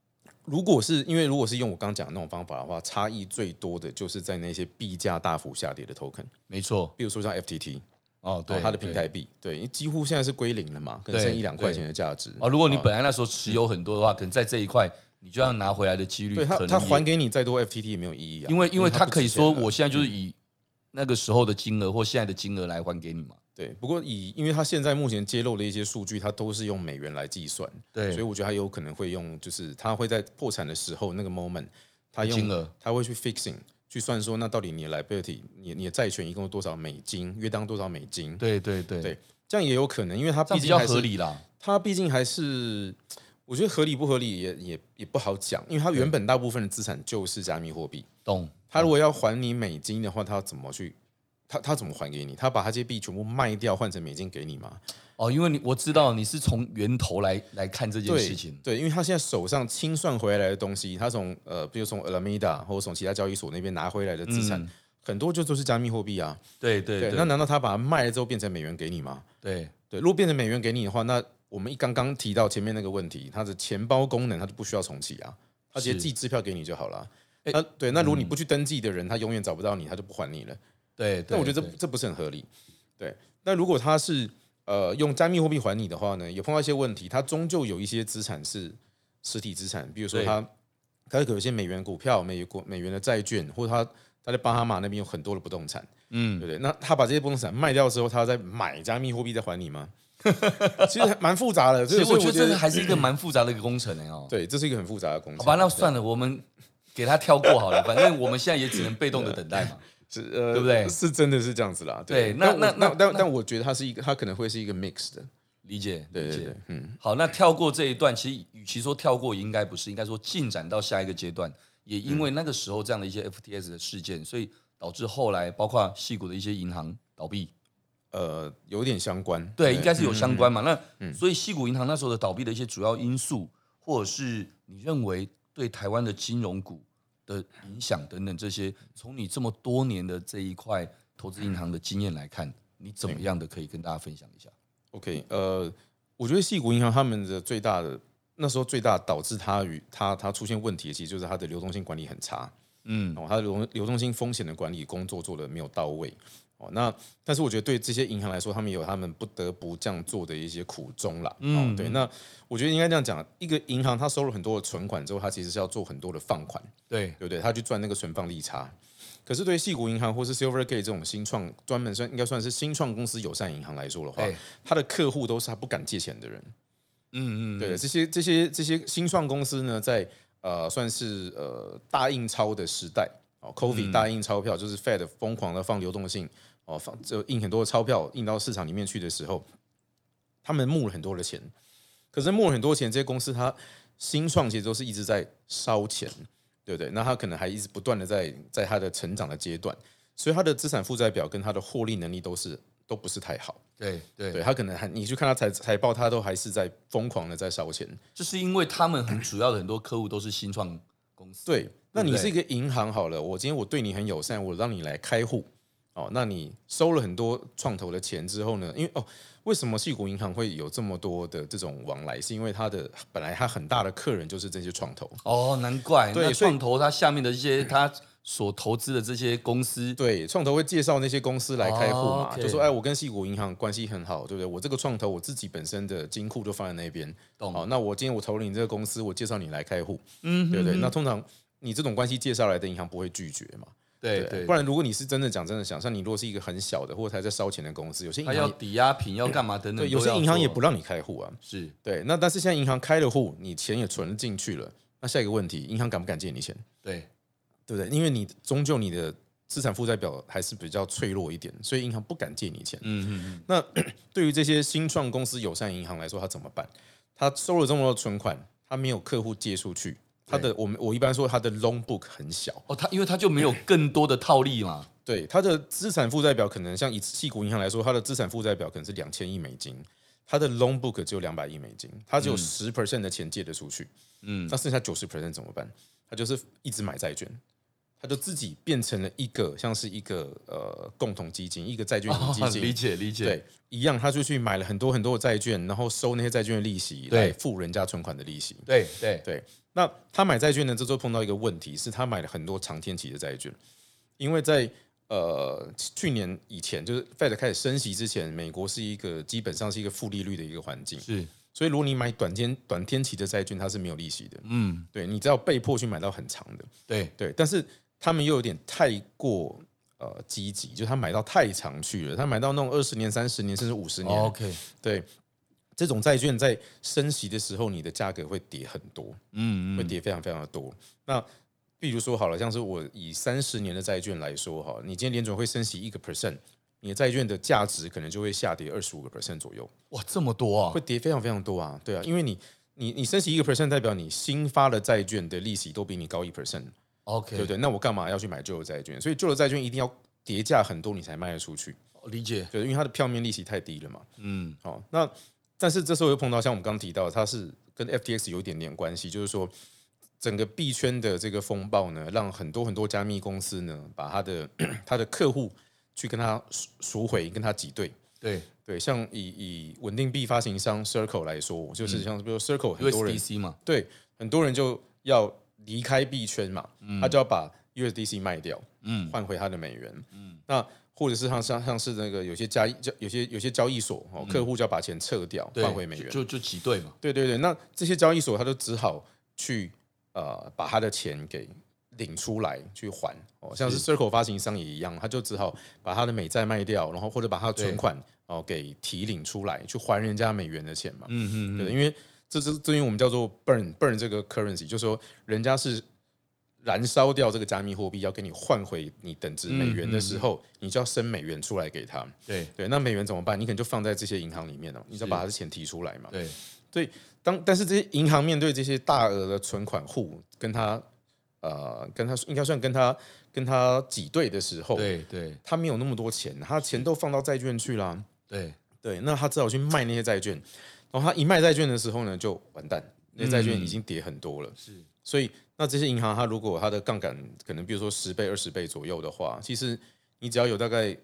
[SPEAKER 2] 如果是因为如果是用我刚刚讲的那种方法的话，差异最多的就是在那些币价大幅下跌的 token，
[SPEAKER 3] 没错，
[SPEAKER 2] 比如说像 FTT，
[SPEAKER 3] 哦，对，
[SPEAKER 2] 哦它的平
[SPEAKER 3] 对
[SPEAKER 2] 台币，对，因为几乎现在是归零了嘛，可能
[SPEAKER 3] 对
[SPEAKER 2] 剩一两块钱的价值。
[SPEAKER 3] 哦，如果你本来那时候持有很多的话，可能在这一块，你就要拿回来的几率，
[SPEAKER 2] 对它
[SPEAKER 3] 可能
[SPEAKER 2] 它
[SPEAKER 3] 也
[SPEAKER 2] 还给你再多 FTT 也没有意义啊，
[SPEAKER 3] 因为因为他
[SPEAKER 2] 不
[SPEAKER 3] 可以
[SPEAKER 2] 值钱啊
[SPEAKER 3] 说，
[SPEAKER 2] 了
[SPEAKER 3] 我现在就是以那个时候的金额或现在的金额来还给你嘛。
[SPEAKER 2] 对，不过以因为它现在目前揭露的一些数据，它都是用美元来计算，
[SPEAKER 3] 对
[SPEAKER 2] 所以我觉得它有可能会用，就是它会在破产的时候那个 moment，它用
[SPEAKER 3] 金额
[SPEAKER 2] 它会去 fixing 去算说，那到底你的 liability，你你的债权一共有多少美金，约当多少美金？
[SPEAKER 3] 对对对
[SPEAKER 2] 对这样也有可能，因为它
[SPEAKER 3] 这
[SPEAKER 2] 毕
[SPEAKER 3] 样比
[SPEAKER 2] 竟
[SPEAKER 3] 较
[SPEAKER 2] 还是
[SPEAKER 3] 合，理啦。
[SPEAKER 2] 它毕竟还是。我觉得合理不合理也也也不好讲，因为它原本大部分的资产就是加密货币，
[SPEAKER 3] 懂？
[SPEAKER 2] 它如果要还你美金的话，它要怎么去他他怎么还给你？他把他这些币全部卖掉换成美金给你吗？
[SPEAKER 3] 哦，因为你我知道你是从源头来来看这件
[SPEAKER 2] 对
[SPEAKER 3] 事情，
[SPEAKER 2] 对，因为他现在手上清算回来的东西，他从呃，比如从 Alameda 或者从其他交易所那边拿回来的资产，
[SPEAKER 3] 嗯
[SPEAKER 2] 很多就都是加密货币啊。
[SPEAKER 3] 对对
[SPEAKER 2] 对，那难道他把它卖了之后变成美元给你吗？
[SPEAKER 3] 对
[SPEAKER 2] 对，如果变成美元给你的话，那我们一刚刚提到前面那个问题，它的钱包功能它就不需要重启啊，它直接
[SPEAKER 3] 是
[SPEAKER 2] 寄支票给你就好了。
[SPEAKER 3] 哎
[SPEAKER 2] 那对，那如果你不去登记的人，他永远找不到你，他就不还你了。
[SPEAKER 3] 对，
[SPEAKER 2] 那我觉得这
[SPEAKER 3] 对
[SPEAKER 2] 这不是很合理。对，那如果他是呃用加密货币还你的话呢，也碰到一些问题，他终究有一些资产是实体资产，比如说
[SPEAKER 3] 对
[SPEAKER 2] 他他可能有一些美元股票、美国美元的债券，或者他他在巴哈马那边有很多的不动产，对
[SPEAKER 3] 嗯，
[SPEAKER 2] 不对？那他把这些不动产卖掉之后，他再买加密货币再还你吗？ [LAUGHS] 其实还蛮复杂的，
[SPEAKER 3] 所
[SPEAKER 2] 所以
[SPEAKER 3] 以我觉
[SPEAKER 2] 觉
[SPEAKER 3] 得这个
[SPEAKER 2] [CLEARS THROAT]
[SPEAKER 3] 还是一个蛮复杂的一个工程哎哦。
[SPEAKER 2] 对，这是一个很复杂的工
[SPEAKER 3] 好
[SPEAKER 2] 程。
[SPEAKER 3] 吧，那算了，我们给他跳过好了，反正我们现在也只能被动的等待嘛。
[SPEAKER 2] 是呃，
[SPEAKER 3] 对不对
[SPEAKER 2] 是真的是这样子啦。
[SPEAKER 3] 对那
[SPEAKER 2] 但我
[SPEAKER 3] 那那
[SPEAKER 2] 但但我觉得它是一个，它可能会是一个 mix 的。
[SPEAKER 3] 理解，
[SPEAKER 2] 对
[SPEAKER 3] 理
[SPEAKER 2] 对
[SPEAKER 3] 解
[SPEAKER 2] 对。，嗯，
[SPEAKER 3] 好，那跳过这一段，其实与其说跳过，应该不是，应该说进展到下一个阶段。也因为那个时候这样的一些 FTS 的事件，所以导致后来包括戏股的一些银行倒闭，
[SPEAKER 2] 呃，有点相关。
[SPEAKER 3] 对，应该是有相关
[SPEAKER 2] 嗯
[SPEAKER 3] 嘛。那所以戏股银行那时候的倒闭的一些主要因素，或者是你认为对台湾的金融股的影响等等这些，从你这么多年的这一块投资银行的经验来看，你怎么样的可以跟大家分享一下？
[SPEAKER 2] OK，呃，我觉得细谷银行他们的最大的那时候最大导致它与它它出现问题，其实就是它的流动性管理很差，
[SPEAKER 3] 嗯，
[SPEAKER 2] 哦，它的流动流动性风险的管理工作做的没有到位，哦，那但是我觉得对这些银行来说，他们有他们不得不这样做的一些苦衷啦，嗯、
[SPEAKER 3] 嗯
[SPEAKER 2] 哦，对，那我觉得应该这样讲，一个银行它收了很多的存款之后，它其实是要做很多的放款，
[SPEAKER 3] 对，
[SPEAKER 2] 对不对？他去赚那个存放利差。可是对于细谷银行或是 Silvergate 这种新创，专门算应该算是新创公司友善银行来说的话
[SPEAKER 3] 哎，
[SPEAKER 2] 他的客户都是他不敢借钱的人。
[SPEAKER 3] 嗯嗯，
[SPEAKER 2] 对，这些这些这些新创公司呢，在呃算是呃大印钞的时代哦，COVID 大印钞票、就是 Fed 疯狂的放流动性哦，放就印很多的钞票印到市场里面去的时候，他们募了很多的钱，可是募了很多钱，这些公司它新创其实都是一直在烧钱，对不对？那它可能还一直不断的在在它的成长的阶段，所以它的资产负债表跟它的获利能力都是都不是太好。
[SPEAKER 3] 对对
[SPEAKER 2] 对，他可能还你去看他财财报，他都还是在疯狂的在烧钱。
[SPEAKER 3] 就是因为他们很主要的很多客户都是新创公司，
[SPEAKER 2] 对，那
[SPEAKER 3] 对
[SPEAKER 2] 你
[SPEAKER 3] 不
[SPEAKER 2] 是
[SPEAKER 3] 对
[SPEAKER 2] 一个银行好了，我今天我对你很友善，我让你来开户，哦，那你收了很多创投的钱之后呢，因为哦，为什么系股银行会有这么多的这种往来？是因为它的本来它很大的客人就是这些创投，
[SPEAKER 3] 哦，难怪
[SPEAKER 2] 对
[SPEAKER 3] 那
[SPEAKER 2] 所以
[SPEAKER 3] 创投它下面的一些它所投资的这些公司，
[SPEAKER 2] 对，创投会介绍那些公司来开户
[SPEAKER 3] 哦
[SPEAKER 2] 嘛，
[SPEAKER 3] ，OK
[SPEAKER 2] 就说哎，我跟系股银行关系很好，对不对？我这个创投我自己本身的金库就放在那边，哦
[SPEAKER 3] 懂
[SPEAKER 2] 好，那我今天我投了你这个公司，我介绍你来开户，
[SPEAKER 3] 嗯
[SPEAKER 2] 对不对？
[SPEAKER 3] 哼
[SPEAKER 2] 那通常你这种关系介绍来的银行不会拒绝嘛？
[SPEAKER 3] 对对，
[SPEAKER 2] 不然如果你是真的讲真的想，像你如果是一个很小的或者还在烧钱的公司，有些银
[SPEAKER 3] 它
[SPEAKER 2] 行
[SPEAKER 3] 要
[SPEAKER 2] 也
[SPEAKER 3] 抵押品要干嘛等等，
[SPEAKER 2] 对，有
[SPEAKER 3] 都
[SPEAKER 2] 些
[SPEAKER 3] 要
[SPEAKER 2] 银行也
[SPEAKER 3] 做
[SPEAKER 2] 不让你开户啊。
[SPEAKER 3] 是
[SPEAKER 2] 对，那但是现在银行开了户，你钱也存了进去了，那下一个问题，银行敢不敢借你钱？
[SPEAKER 3] 对
[SPEAKER 2] 对不对？因为你终究你的资产负债表还是比较脆弱一点，所以银行不敢借你钱。
[SPEAKER 3] 嗯嗯嗯，
[SPEAKER 2] 对于这些新创公司友善银行来说，它怎么办？它收了这么多存款，它没有客户借出去，它的我们我一般说它的 loan book 很小。
[SPEAKER 3] 哦，它因为它就没有更多的套利嘛，
[SPEAKER 2] 对，它的资产负债表可能像以细股银行来说，它的资产负债表可能是两千亿美金，它的 loan book 只有两百亿美金，它只有十 percent 的钱借得出去，
[SPEAKER 3] 嗯
[SPEAKER 2] 那剩下九十 percent 怎么办？它就是一直买债券，它就自己变成了一个像是一个呃共同基金，一个债券型基
[SPEAKER 3] 哦
[SPEAKER 2] 金，
[SPEAKER 3] 理解理解，
[SPEAKER 2] 对，一样，他就去买了很多很多的债券，然后收那些债券的利息
[SPEAKER 3] 对
[SPEAKER 2] 来付人家存款的利息。
[SPEAKER 3] 对对
[SPEAKER 2] 对，那他买债券呢，这时候碰到一个问题，是他买了很多长天期的债券，因为在呃去年以前，就是 Fed 开始升息之前，美国是一个基本上是一个负利率的一个环境，
[SPEAKER 3] 是
[SPEAKER 2] 所以如果你买短天短天期的债券，它是没有利息的，
[SPEAKER 3] 嗯
[SPEAKER 2] 对你只要被迫去买到很长的，
[SPEAKER 3] 对
[SPEAKER 2] 对，但是他们又有点太过。呃，积极就是他买到太长去了，他买到那种二十年、三十年甚至五十年，
[SPEAKER 3] 哦 OK
[SPEAKER 2] 对，这种债券在升息的时候，你的价格会跌很多，
[SPEAKER 3] 嗯
[SPEAKER 2] 会
[SPEAKER 3] 嗯
[SPEAKER 2] 跌非常非常的多。那比如说好了，像是我以三十年的债券来说哈，你今天联准会升息一个 percent，你的债券的价值可能就会下跌二十五个 percent 左右，
[SPEAKER 3] 哇这么多啊
[SPEAKER 2] 会，跌非常非常多啊，对啊，因为你。你你升息一个 percent，代表你新发的债券的利息都比你高一 percent，
[SPEAKER 3] OK
[SPEAKER 2] 对不对？那我干嘛要去买旧的债券？所以旧的债券一定要叠价很多，你才卖得出去，
[SPEAKER 3] 哦理解，
[SPEAKER 2] 就是因为它的票面利息太低了嘛。
[SPEAKER 3] 嗯，
[SPEAKER 2] 好，那但是这时候又碰到像我们刚提到的，它是跟 FTX 有一点点关系，就是说整个币圈的这个风暴呢，让很多很多加密公司呢，把它的 [CLEARS THROAT] 它的客户去跟它赎赎回，跟它挤兑。
[SPEAKER 3] 对，
[SPEAKER 2] 对，像以以稳定币发行商 Circle 来说，就是像比如 Circle
[SPEAKER 3] 因
[SPEAKER 2] 很
[SPEAKER 3] 为
[SPEAKER 2] 多人
[SPEAKER 3] SDC 嘛，
[SPEAKER 2] 对，很多人就要离开币圈嘛，他就要把 USDC 卖掉，
[SPEAKER 3] 嗯
[SPEAKER 2] 换回他的美元，那或者是像像像是那个有些交易有些有些交易所哦，客户就要把钱撤掉，
[SPEAKER 3] 嗯对
[SPEAKER 2] 换回美元，
[SPEAKER 3] 就就挤兑嘛，
[SPEAKER 2] 对对对，那这些交易所他就只好去呃把他的钱给领出来去还哦，像是 Circle 发行商也一样，他就只好把他的美债卖掉，然后或者把他的存
[SPEAKER 3] 对
[SPEAKER 2] 款哦给提领出来去还人家美元的钱嘛，
[SPEAKER 3] 嗯嗯嗯，
[SPEAKER 2] 对，因为这这这因为我们叫做 burn burn 这个 currency，就是说人家是燃烧掉这个加密货币，要给你换回你等值美
[SPEAKER 3] 嗯
[SPEAKER 2] 元的时候，你就要生美元出来给他。
[SPEAKER 3] 对
[SPEAKER 2] 对，那美元怎么办？你可能就放在这些银行里面哦，你只要把它的钱提出来嘛。
[SPEAKER 3] 对，
[SPEAKER 2] 当但是这些银行面对这些大额的存款户，跟他呃跟他应该算跟他跟他挤兑的时候，
[SPEAKER 3] 对对
[SPEAKER 2] 他没有那么多钱，他钱都放到债券去啦。
[SPEAKER 3] 对，
[SPEAKER 2] 对，那他只好去卖那些债券，然后他一卖债券的时候呢，就完蛋，那些债
[SPEAKER 3] 嗯
[SPEAKER 2] 券已经跌很多了。
[SPEAKER 3] 是，
[SPEAKER 2] 所以那这些银行它如果它的杠杆可能比如说十倍、二十倍左右的话，其实你只要有大概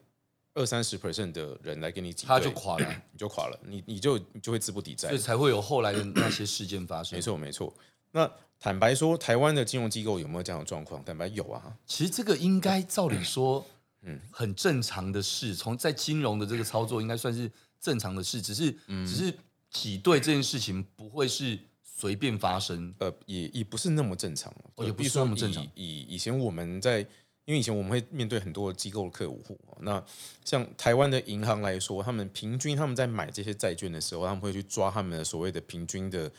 [SPEAKER 2] 二三十 percent 的人来给你挤兑，
[SPEAKER 3] 他就垮了，
[SPEAKER 2] 你就垮了，你你就你就会资不抵债
[SPEAKER 3] [CLEARS THROAT] 所以。才会有后来的那些事件发生
[SPEAKER 2] 没。错，没错。那坦白说，台湾的金融机构有没有这样的状况？坦白有啊，
[SPEAKER 3] 其实这个应该照
[SPEAKER 2] [CLEARS THROAT]
[SPEAKER 3] 理说，嗯，很正常的事。从在金融的这个操作，应该算是正常的事，只是、
[SPEAKER 2] 嗯
[SPEAKER 3] 只是挤兑这件事情不会是随便发生。
[SPEAKER 2] [LAUGHS] 呃，也也不是那么正常，
[SPEAKER 3] 哦
[SPEAKER 2] 对
[SPEAKER 3] 也不
[SPEAKER 2] 比如
[SPEAKER 3] 是
[SPEAKER 2] 说
[SPEAKER 3] 那么正常
[SPEAKER 2] 以以以前我们在，因为以前我们会面对很多机构的客户，哦那像台湾的银行来说，他们平均他们在买这些债券的时候，他们会去抓他们的所谓的平均的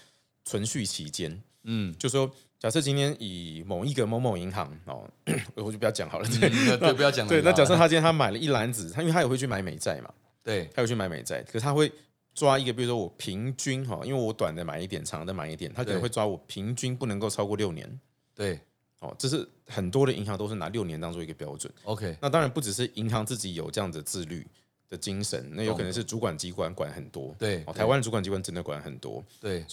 [SPEAKER 2] 存续期间。
[SPEAKER 3] 嗯，
[SPEAKER 2] 就说假设今天以某一个某某银行哦， [COUGHS] 我就不要讲好了。对
[SPEAKER 3] 嗯对，不要讲了。
[SPEAKER 2] 对，那假设
[SPEAKER 3] 啊
[SPEAKER 2] 他今天他买了一篮子，他因为他也会去买美债嘛，
[SPEAKER 3] 对
[SPEAKER 2] 他会去买美债，可是他会抓一个，比如说我平均哈，因为我短的买一点，长的买一点，他可能
[SPEAKER 3] 对
[SPEAKER 2] 会抓我平均不能够超过六年。
[SPEAKER 3] 对
[SPEAKER 2] 哦，这是很多的银行都是拿六年当做一个标准。
[SPEAKER 3] ，OK，
[SPEAKER 2] 那当然不只是银行自己有这样的自律的精神，那有可能是主管机关管很多。
[SPEAKER 3] 对
[SPEAKER 2] 哦，台湾的主管机关真的管很多。
[SPEAKER 3] 对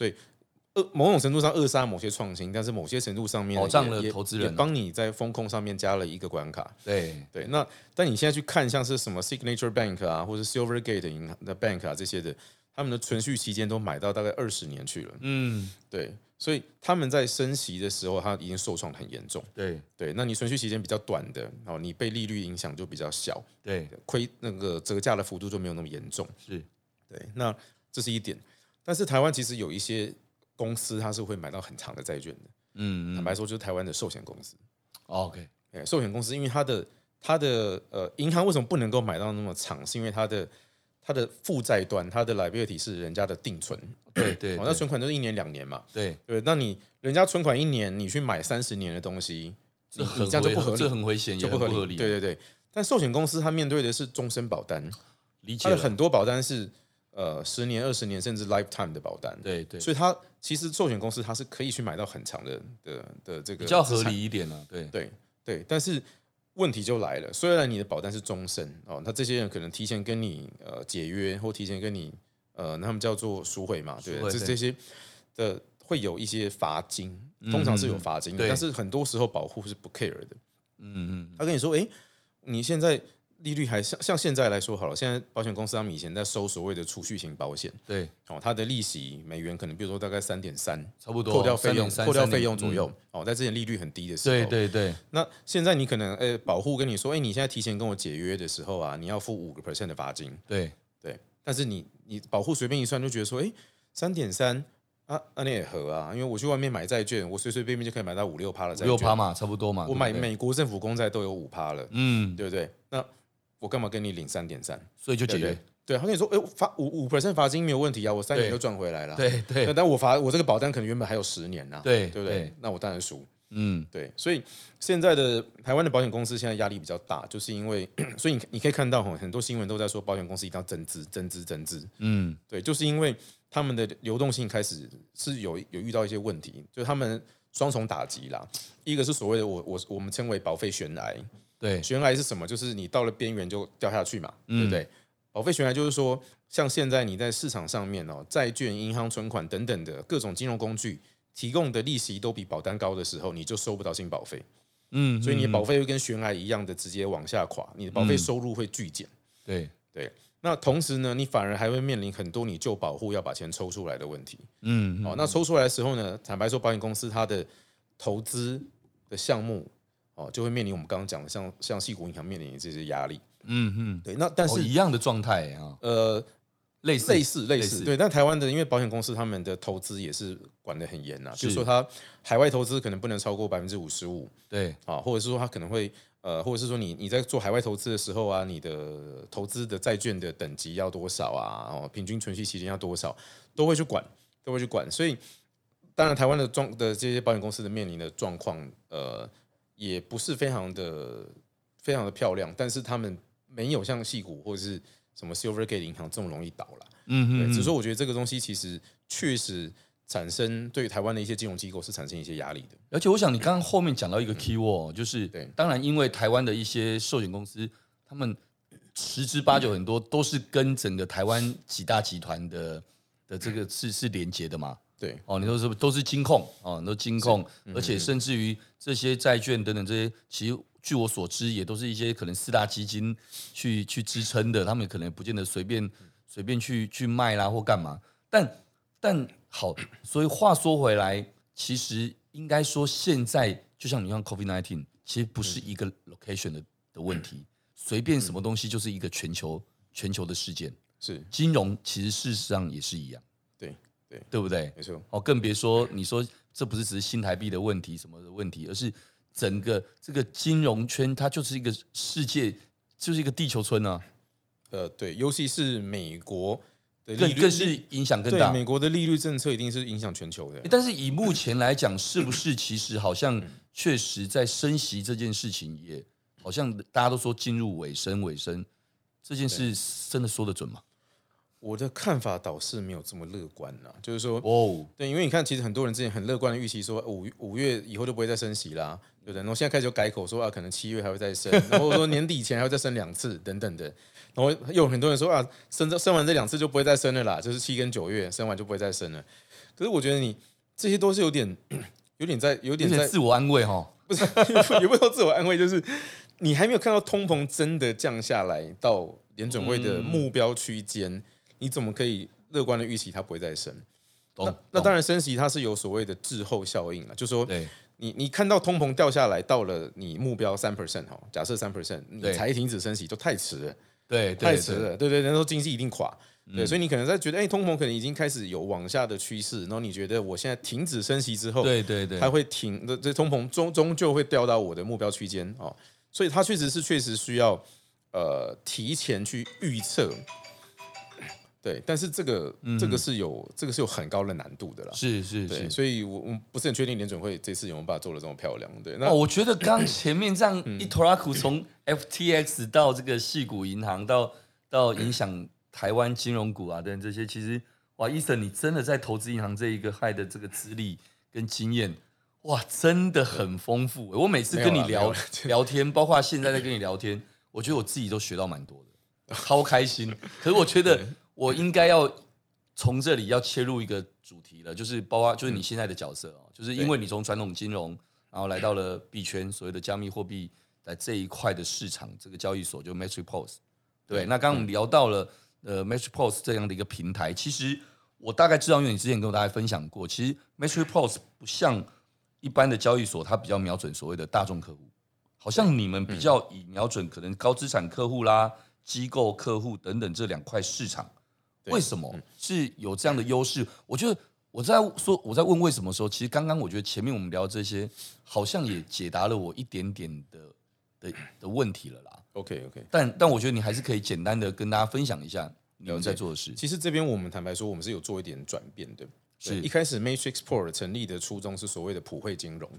[SPEAKER 2] 呃，某种程度上扼杀某些创新，但是某些程度上面呢
[SPEAKER 3] 保障
[SPEAKER 2] 也
[SPEAKER 3] 了
[SPEAKER 2] 也
[SPEAKER 3] 投资人啊
[SPEAKER 2] 也帮你在风控上面加了一个关卡。
[SPEAKER 3] 对
[SPEAKER 2] 对，那但你现在去看像是什么 Signature Bank 啊，或者 Silvergate 银行的 Bank 啊这些的，他们的存续期间都买到大概二十年去了。
[SPEAKER 3] 嗯，
[SPEAKER 2] 对，所以他们在升息的时候，它已经受创得很严重。
[SPEAKER 3] 对
[SPEAKER 2] 对，那你存续期间比较短的，哦，你被利率影响就比较小，
[SPEAKER 3] 对
[SPEAKER 2] 亏那个折价的幅度就没有那么严重。
[SPEAKER 3] 是，
[SPEAKER 2] 对，那这是一点。但是台湾其实有一些公司，它是会买到很长的债券的。
[SPEAKER 3] 嗯
[SPEAKER 2] 坦
[SPEAKER 3] 嗯
[SPEAKER 2] 白说，就是台湾的寿险公司。
[SPEAKER 3] ，OK，
[SPEAKER 2] 哎、寿险公司因为它的它的呃银行为什么不能够买到那么长，是因为它的它的负债端，它的 liability 是人家的定存，
[SPEAKER 3] 对对
[SPEAKER 2] 哦，那
[SPEAKER 3] 对
[SPEAKER 2] 存款就是一年两年嘛，
[SPEAKER 3] 对，
[SPEAKER 2] 对，那你人家存款一年，你去买三十年的东西，你
[SPEAKER 3] 这
[SPEAKER 2] 你
[SPEAKER 3] 很
[SPEAKER 2] 这样就
[SPEAKER 3] 危
[SPEAKER 2] 不合
[SPEAKER 3] 这
[SPEAKER 2] 理，
[SPEAKER 3] 很危险，也
[SPEAKER 2] 就
[SPEAKER 3] 很
[SPEAKER 2] 合
[SPEAKER 3] 不合理。
[SPEAKER 2] 对对对，但寿险公司它面对的是终身保单，
[SPEAKER 3] 理
[SPEAKER 2] 它
[SPEAKER 3] 解
[SPEAKER 2] 的
[SPEAKER 3] 了
[SPEAKER 2] 很多保单是呃十年、二十年甚至 lifetime 的保单，
[SPEAKER 3] 对对，
[SPEAKER 2] 所以它其实寿险公司它是可以去买到很长的的的这个
[SPEAKER 3] 比较
[SPEAKER 2] 资
[SPEAKER 3] 合
[SPEAKER 2] 产
[SPEAKER 3] 理一点了。对
[SPEAKER 2] 对对，但是问题就来了，虽然你的保单是终身哦，那这些人可能提前跟你呃解约，或提前跟你呃，那他们叫做赎回嘛，对
[SPEAKER 3] 赎
[SPEAKER 2] 不对，
[SPEAKER 3] 回
[SPEAKER 2] 这
[SPEAKER 3] 对
[SPEAKER 2] 这些的会有一些罚金，通常是有
[SPEAKER 3] 嗯
[SPEAKER 2] 罚金的，
[SPEAKER 3] 对
[SPEAKER 2] 但是很多时候保护是不 care 的。
[SPEAKER 3] 嗯嗯，
[SPEAKER 2] 他跟你说，哎，你现在利率还像像现在来说好了，现在保险公司他们以前在收所谓的储蓄型保险
[SPEAKER 3] 对，
[SPEAKER 2] 哦，它的利息美元可能比如说大概三点三。
[SPEAKER 3] 差不多
[SPEAKER 2] 扣掉费用，
[SPEAKER 3] 3.3
[SPEAKER 2] 扣掉费
[SPEAKER 3] 3.3
[SPEAKER 2] 用左
[SPEAKER 3] 嗯
[SPEAKER 2] 右、哦哦，在之前利率很低的时候，
[SPEAKER 3] 对对对
[SPEAKER 2] 那现在你可能，呃、保护跟你说，哎、你现在提前跟我解约的时候啊，你要付五个 percent 的罚金，
[SPEAKER 3] 对
[SPEAKER 2] 对。但是你你保护随便一算就觉得说，哎、三点三啊，那、啊、那也合啊，因为我去外面买债券，我随随便便就可以买到五六趴的
[SPEAKER 3] 五
[SPEAKER 2] 债券，
[SPEAKER 3] 六趴嘛，差不多嘛。
[SPEAKER 2] 我买
[SPEAKER 3] 对不对，
[SPEAKER 2] 美国政府公债都有五趴了，
[SPEAKER 3] 嗯，
[SPEAKER 2] 对不对？那我干嘛跟你领三点三？
[SPEAKER 3] 所以就
[SPEAKER 2] 对
[SPEAKER 3] 解
[SPEAKER 2] 不对
[SPEAKER 3] 约。？
[SPEAKER 2] 对，他跟你说，哎、我罚五五 percent 罚金没有问题啊，我三年
[SPEAKER 3] 对
[SPEAKER 2] 就赚回来了。
[SPEAKER 3] 对对
[SPEAKER 2] 那但我罚我这个保单可能原本还有十年呐、
[SPEAKER 3] 对
[SPEAKER 2] 对不对？
[SPEAKER 3] 对
[SPEAKER 2] 那我当然输。
[SPEAKER 3] 嗯，
[SPEAKER 2] 对，所以现在的台湾的保险公司现在压力比较大，就是因为， [CLEARS THROAT] 所以你你可以看到吼很多新闻都在说保险公司一定要增资、增资、增资。
[SPEAKER 3] 嗯，
[SPEAKER 2] 对，就是因为他们的流动性开始是有有遇到一些问题，就是他们双重打击啦。一个是所谓的我我我们称为保费悬崖，
[SPEAKER 3] 对，
[SPEAKER 2] 悬崖是什么？就是你到了边缘就掉下去嘛，
[SPEAKER 3] 嗯
[SPEAKER 2] 对不对？保费悬崖就是说，像现在你在市场上面哦，债券、银行存款等等的各种金融工具提供的利息都比保单高的时候，你就收不到新保费，
[SPEAKER 3] 嗯，
[SPEAKER 2] 所以你的
[SPEAKER 3] 嗯
[SPEAKER 2] 保费会跟悬崖一样的直接往下垮，你的保费
[SPEAKER 3] 嗯
[SPEAKER 2] 收入会剧减。
[SPEAKER 3] 对，
[SPEAKER 2] 那同时呢，你反而还会面临很多你旧保护要把钱抽出来的问题。
[SPEAKER 3] 嗯，
[SPEAKER 2] 哦，那抽出来的时候呢，坦白说，保险公司它的投资的项目哦，就会面临我们刚刚讲的像像细股银行面临的这些压力。
[SPEAKER 3] 嗯嗯，
[SPEAKER 2] 对，那但
[SPEAKER 3] 哦
[SPEAKER 2] 是、
[SPEAKER 3] 一样的状态啊，
[SPEAKER 2] 呃，
[SPEAKER 3] 类似
[SPEAKER 2] 类似类
[SPEAKER 3] 类似
[SPEAKER 2] 似，对。但台湾的因为保险公司他们的投资也是管得很严呐、
[SPEAKER 3] 是
[SPEAKER 2] 就是说它海外投资可能不能超过百分之五十五
[SPEAKER 3] 对，嗯
[SPEAKER 2] 啊，或者是说它可能会呃，或者是说你你在做海外投资的时候啊，你的投资的债券的等级要多少啊，哦，平均存续期间要多少，都会去管，都会去管。所以，当然台湾的状的这些保险公司的面临的状况，呃，也不是非常的非常的漂亮，但是他们没有像戏股或者是什么 Silvergate 银行这么容易倒了。
[SPEAKER 3] 嗯
[SPEAKER 2] 对，
[SPEAKER 3] 嗯，
[SPEAKER 2] 只是
[SPEAKER 3] 嗯
[SPEAKER 2] 说我觉得这个东西其实确实产生对台湾的一些金融机构是产生一些压力的。
[SPEAKER 3] 而且我想你刚刚后面讲到一个 key word，哦就是
[SPEAKER 2] 对
[SPEAKER 3] 当然因为台湾的一些寿险公司，他们十之八九很多都是跟整个台湾几大集团的的这个是是连接的嘛，
[SPEAKER 2] 对，
[SPEAKER 3] 哦，你都是都是金控哦，你都金控，
[SPEAKER 2] 嗯
[SPEAKER 3] 而且甚至于这些债券等等这些，其实据我所知，也都是一些可能四大基金去去支撑的，他们可能不见得随
[SPEAKER 2] 嗯
[SPEAKER 3] 便随便去去卖啦或干嘛。但但好，所以话说回来，其实应该说现在就像你像 COVID nineteen，其实不是
[SPEAKER 2] 嗯
[SPEAKER 3] 一个 location 的的问题，随便什么东西就是一个全球全球的事件。
[SPEAKER 2] 是
[SPEAKER 3] 金融其实事实上也是一样，
[SPEAKER 2] 对对
[SPEAKER 3] 对不对？
[SPEAKER 2] 没错。
[SPEAKER 3] 哦，更别说你说这不是只是新台币的问题什么的问题，而是整个这个金融圈它就是一个世界，就是一个地球村啊，
[SPEAKER 2] 呃，对，尤其是美国的利
[SPEAKER 3] 更
[SPEAKER 2] 率
[SPEAKER 3] 更是影响更
[SPEAKER 2] 对
[SPEAKER 3] 大。
[SPEAKER 2] 美国的利率政策一定是影响全球的
[SPEAKER 3] 诶。但是以目前来讲，是不是其实好像确实在升息这件事情也好像大家都说进入尾声，尾声这件事真的说得准吗？
[SPEAKER 2] 我的看法倒是没有这么乐观啦，就是说，
[SPEAKER 3] 哦，
[SPEAKER 2] 对，因为你看，其实很多人之前很乐观的预期说呃五五月以后就不会再升息啦，对不对？然后现在开始就改口说啊，可能七月还会再升，然后说年底前还会再升两次等等的。然后又有很多人说啊，升这升完这两次就不会再升了啦，就是七跟九月升完就不会再升了。可是我觉得你这些都是有点 [CLEARS THROAT] 有点在有
[SPEAKER 3] 有
[SPEAKER 2] 点在
[SPEAKER 3] 点自我安慰哈、
[SPEAKER 2] 不是 [LAUGHS] 也不是说自我安慰，就是你还没有看到通膨真的降下来到联准会的目标区间，
[SPEAKER 3] 嗯
[SPEAKER 2] 你怎么可以乐观的预期它不会再升？
[SPEAKER 3] 懂
[SPEAKER 2] 那那当
[SPEAKER 3] 然
[SPEAKER 2] 然，升息它是有所谓的滞后效应啊了，就说
[SPEAKER 3] 哦对
[SPEAKER 2] 你你看到通膨掉下来到了你目标三 percent 哈，假设三 percent，你
[SPEAKER 3] 对
[SPEAKER 2] 才停止升息就太迟了，
[SPEAKER 3] 对对
[SPEAKER 2] 太
[SPEAKER 3] 对嗯
[SPEAKER 2] 迟了，对对，那时候经济一定垮。对，所以你可能在觉得，哎、通膨可能已经开始有往下的趋势，然后你觉得我现在停止升息之后，
[SPEAKER 3] 对对对，
[SPEAKER 2] 它会停，这这通膨终终究会掉到我的目标区间哦，所以它确实是确实需要呃提前去预测，对，但是这个、这个是有这个是有很高的难度的啦，
[SPEAKER 3] 嗯是是
[SPEAKER 2] 对，
[SPEAKER 3] 是，
[SPEAKER 2] 所以我我不是很确定联准会这次有没有把它做的这么漂亮，对，那、嗯
[SPEAKER 3] 哦，我觉
[SPEAKER 2] [CLEARS THROAT]
[SPEAKER 3] 得刚前面这样一拖拉苦，从 FTX 到这个系股银行，到到影响台湾金融股啊等等这些，其实哇，医生你真的在投资银行这一个害的这个资历跟经验，哇，真的很丰富。我每次跟你
[SPEAKER 2] 没有啦没有
[SPEAKER 3] 聊
[SPEAKER 2] 啦
[SPEAKER 3] 聊天，包括现在在跟你
[SPEAKER 2] [LAUGHS]
[SPEAKER 3] 聊天，我觉得我自己都学到蛮多的，超开心。可是我觉得我应该要从这里要切入一个主题了，就是包
[SPEAKER 2] 嗯
[SPEAKER 3] 括就是你现在的角色哦，就是因为你从传统金融，然后来到了币圈，所谓的加密货币在这一块的市场，这个交易所就 Matrixpose。对，
[SPEAKER 2] 对
[SPEAKER 3] 那刚刚我们聊到了、呃 Matrixpose 这样的一个平台，其实我大概知道，因为你之前跟我大家分享过，其实 Matrixpose 不像一般的交易所，它比较瞄准所谓的大众客户，好像你们比较以瞄准可能高资产客户啦、机构客户等等这两块市场。
[SPEAKER 2] 对
[SPEAKER 3] 为什么是有这样的优势？我觉得我在说我在问为什么的时候，其实刚刚我觉得前面我们聊这些，好像也解答了我一点点的的的问题了啦。
[SPEAKER 2] OK OK，
[SPEAKER 3] 但但我觉得你还是可以简单的跟大家分享一下你们
[SPEAKER 2] 了解
[SPEAKER 3] 在做的事。
[SPEAKER 2] 其实这边我们坦白说，我们是有做一点转变的，对
[SPEAKER 3] 是
[SPEAKER 2] 一开始 Matrix Port 成立的初衷是所谓的普惠金融，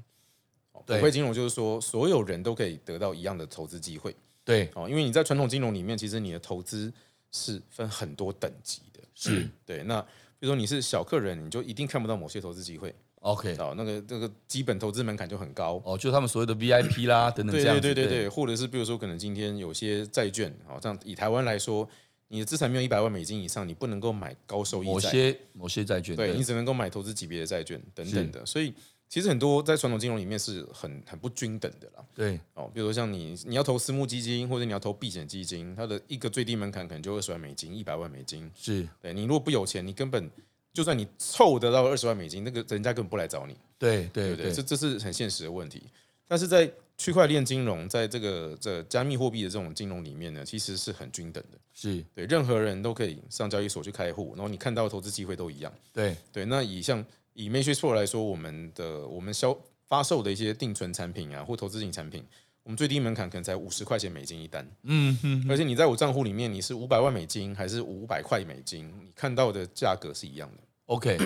[SPEAKER 2] 哦普
[SPEAKER 3] 对
[SPEAKER 2] 惠金融就是说所有人都可以得到一样的投资机会。
[SPEAKER 3] 对，
[SPEAKER 2] 哦，因为你在传统金融里面，其实你的投资是分很多等级的。
[SPEAKER 3] 是
[SPEAKER 2] [CLEARS THROAT] 对，那比如说你是小客人，你就一定看不到某些投资机会。
[SPEAKER 3] OK，
[SPEAKER 2] 哦，那个这个基本投资门槛就很高。
[SPEAKER 3] 哦，就他们所谓的 VIP 啦等等
[SPEAKER 2] 对
[SPEAKER 3] 这样
[SPEAKER 2] 对
[SPEAKER 3] 子，
[SPEAKER 2] 对对对，或者是比如说，可能今天有些债券，好、这样以台湾来说，你的资产没有一百万美金以上，你不能够买高收益
[SPEAKER 3] 某
[SPEAKER 2] 债，
[SPEAKER 3] 些某些债券，
[SPEAKER 2] 对
[SPEAKER 3] 对
[SPEAKER 2] 你只能够买投资级别的债券等等的。所以其实很多在传统金融里面是很很不均等的啦。
[SPEAKER 3] 对
[SPEAKER 2] 哦，比如说像你你要投私募基金或者你要投避险基金，它的一个最低门槛可能就二十万美金，一百万美金。
[SPEAKER 3] 是，
[SPEAKER 2] 对你如果不有钱，你根本就算你凑得到二十万美金，那个人家根本不来找你。
[SPEAKER 3] 对对
[SPEAKER 2] 对不对？这这是很现实的问题。但是在区块链金融，在这个这加密货币的这种金融里面呢，其实是很均等的。
[SPEAKER 3] 是，
[SPEAKER 2] 对，任何人都可以上交易所去开户，然后你看到的投资机会都一样。
[SPEAKER 3] 对
[SPEAKER 2] 对，那以像以 Matrix Pro 来说，我们的我们销发售的一些定存产品啊，或投资型产品，我们最低门槛可能才五十块钱美金一单。
[SPEAKER 3] 嗯哼，
[SPEAKER 2] 而且你在我账户里面，你是五百万美金还是五百块美金，你看到的价格是一样的。
[SPEAKER 3] ，OK，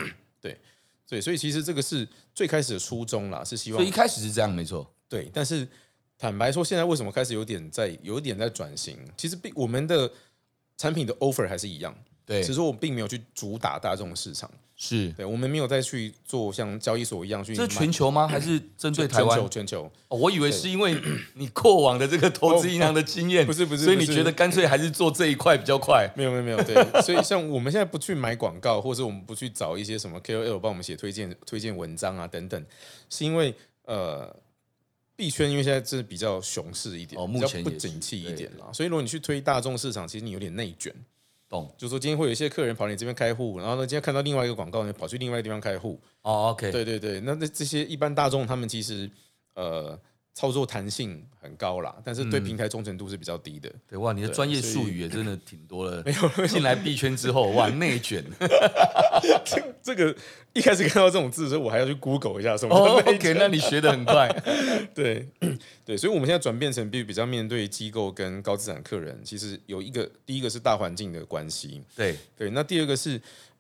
[SPEAKER 2] 对，所以其实这个是最开始的初衷啦，是希
[SPEAKER 3] 所
[SPEAKER 2] 望
[SPEAKER 3] 以一开始是这样，没错，
[SPEAKER 2] 对，但是坦白说，现在为什么开始有点在有点在转型？其实并我们的产品的 offer 还是一样，
[SPEAKER 3] 对
[SPEAKER 2] 只是说我们并没有去主打大众市场，
[SPEAKER 3] 是，
[SPEAKER 2] 对我们没有再去做像交易所一样去
[SPEAKER 3] 这是
[SPEAKER 2] 买
[SPEAKER 3] 全球吗？还是针对
[SPEAKER 2] 全
[SPEAKER 3] 台湾
[SPEAKER 2] 全球？全球
[SPEAKER 3] 哦我以为是因为你过往的这个投资银行的经验，
[SPEAKER 2] 哦不是不是
[SPEAKER 3] 所以你
[SPEAKER 2] 不是
[SPEAKER 3] 觉得干脆还是做这一块比较快？
[SPEAKER 2] 没有没有没有
[SPEAKER 3] [LAUGHS]
[SPEAKER 2] 对，所以像我们现在不去买广告，或者我们不去找一些什么 KOL 帮我们写推荐推荐文章啊等等，是因为呃。币圈因为现在是比较熊市一点，
[SPEAKER 3] 哦
[SPEAKER 2] 比
[SPEAKER 3] 目
[SPEAKER 2] 较
[SPEAKER 3] 前
[SPEAKER 2] 不
[SPEAKER 3] 也是
[SPEAKER 2] 景气一
[SPEAKER 3] 对
[SPEAKER 2] 点啦，所以如果你去推大众市场，其实你有点内卷。
[SPEAKER 3] 懂
[SPEAKER 2] 就说今天会有一些客人跑你这边开户，然后呢，今天看到另外一个广告，呢，跑去另外一个地方开户。
[SPEAKER 3] 哦，OK，
[SPEAKER 2] 对对对，那这这些一般大众他们其实呃操作弹性很高啦，但是
[SPEAKER 3] 嗯
[SPEAKER 2] 对平台忠诚度是比较低的。
[SPEAKER 3] 对，哇，你的
[SPEAKER 2] 对
[SPEAKER 3] 专业
[SPEAKER 2] 所以
[SPEAKER 3] 术语也真的挺多了。没有进来币圈之后，哇，内卷。
[SPEAKER 2] 这个一开始看到这种字的时候，我还要去 Google 一
[SPEAKER 3] [LAUGHS]
[SPEAKER 2] 下什么
[SPEAKER 3] 哦
[SPEAKER 2] 叫内
[SPEAKER 3] ，OK，那你学的很快。
[SPEAKER 2] [LAUGHS] 对对，所以我们现在转变成比比较面对机构跟高资产客人，其实有一个第一个是大环境的关系，
[SPEAKER 3] [LAUGHS] 对，
[SPEAKER 2] 对，那第二个是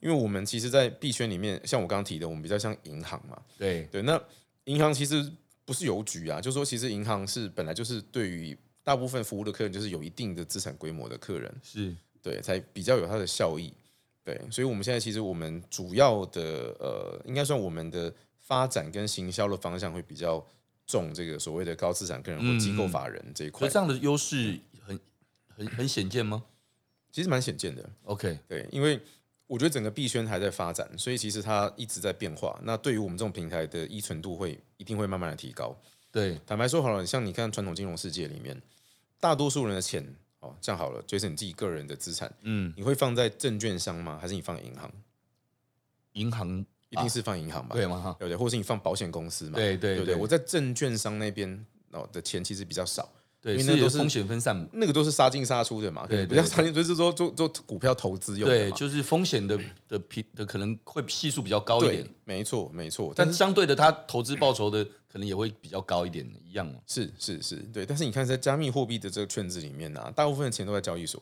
[SPEAKER 2] 因为我们其实，在币圈里面，像我刚刚提的，我们比较像银行嘛，
[SPEAKER 3] 对，
[SPEAKER 2] 对，那银行其实不是邮局啊，就说其实银行是本来就是对于大部分服务的客人，就是有一定的资产规模的客人，
[SPEAKER 3] 是，
[SPEAKER 2] 对，才比较有它的效益。对，所以我们现在其实我们主要的呃，应该算我们的发展跟行销的方向会比较重这个所谓的高资产客
[SPEAKER 3] 嗯
[SPEAKER 2] 人或机构法人这一
[SPEAKER 3] 所
[SPEAKER 2] 块，
[SPEAKER 3] 以这样的优势很很很显见吗
[SPEAKER 2] 其实蛮显见的。
[SPEAKER 3] ？OK，
[SPEAKER 2] 对，因为我觉得整个币圈还在发展，所以其实它一直在变化。那对于我们这种平台的依存度会一定会慢慢的提高。
[SPEAKER 3] 对，
[SPEAKER 2] 坦白说好了，像你看传统金融世界里面，大多数人的钱哦，这样好了，Jason 你自己个人的资产，
[SPEAKER 3] 嗯，
[SPEAKER 2] 你会放在证券商吗？还是你放银行？
[SPEAKER 3] 银行
[SPEAKER 2] 一定是放银行吧？
[SPEAKER 3] 啊对吗？哈，
[SPEAKER 2] 对不对？或是你放保险公司嘛？
[SPEAKER 3] 对对
[SPEAKER 2] 不
[SPEAKER 3] 对
[SPEAKER 2] 对？我在证券商那边哦的钱其实比较少，
[SPEAKER 3] 对，
[SPEAKER 2] 因为
[SPEAKER 3] 是
[SPEAKER 2] 那
[SPEAKER 3] 有
[SPEAKER 2] 都是
[SPEAKER 3] 风险分散，
[SPEAKER 2] 那个都是杀进杀出的嘛，
[SPEAKER 3] 对对
[SPEAKER 2] 比较杀进，就是说做做股票投资用的
[SPEAKER 3] 对，
[SPEAKER 2] 嘛。
[SPEAKER 3] 就是风险的的平的可能会系数比较高一点
[SPEAKER 2] 对，，没错没错，但
[SPEAKER 3] 但相对的，它投资报酬的可能也会比较高一点，一样嘛。
[SPEAKER 2] 是是是对，但是你看在加密货币的这个圈子里面呢、啊，大部分的钱都在交易所，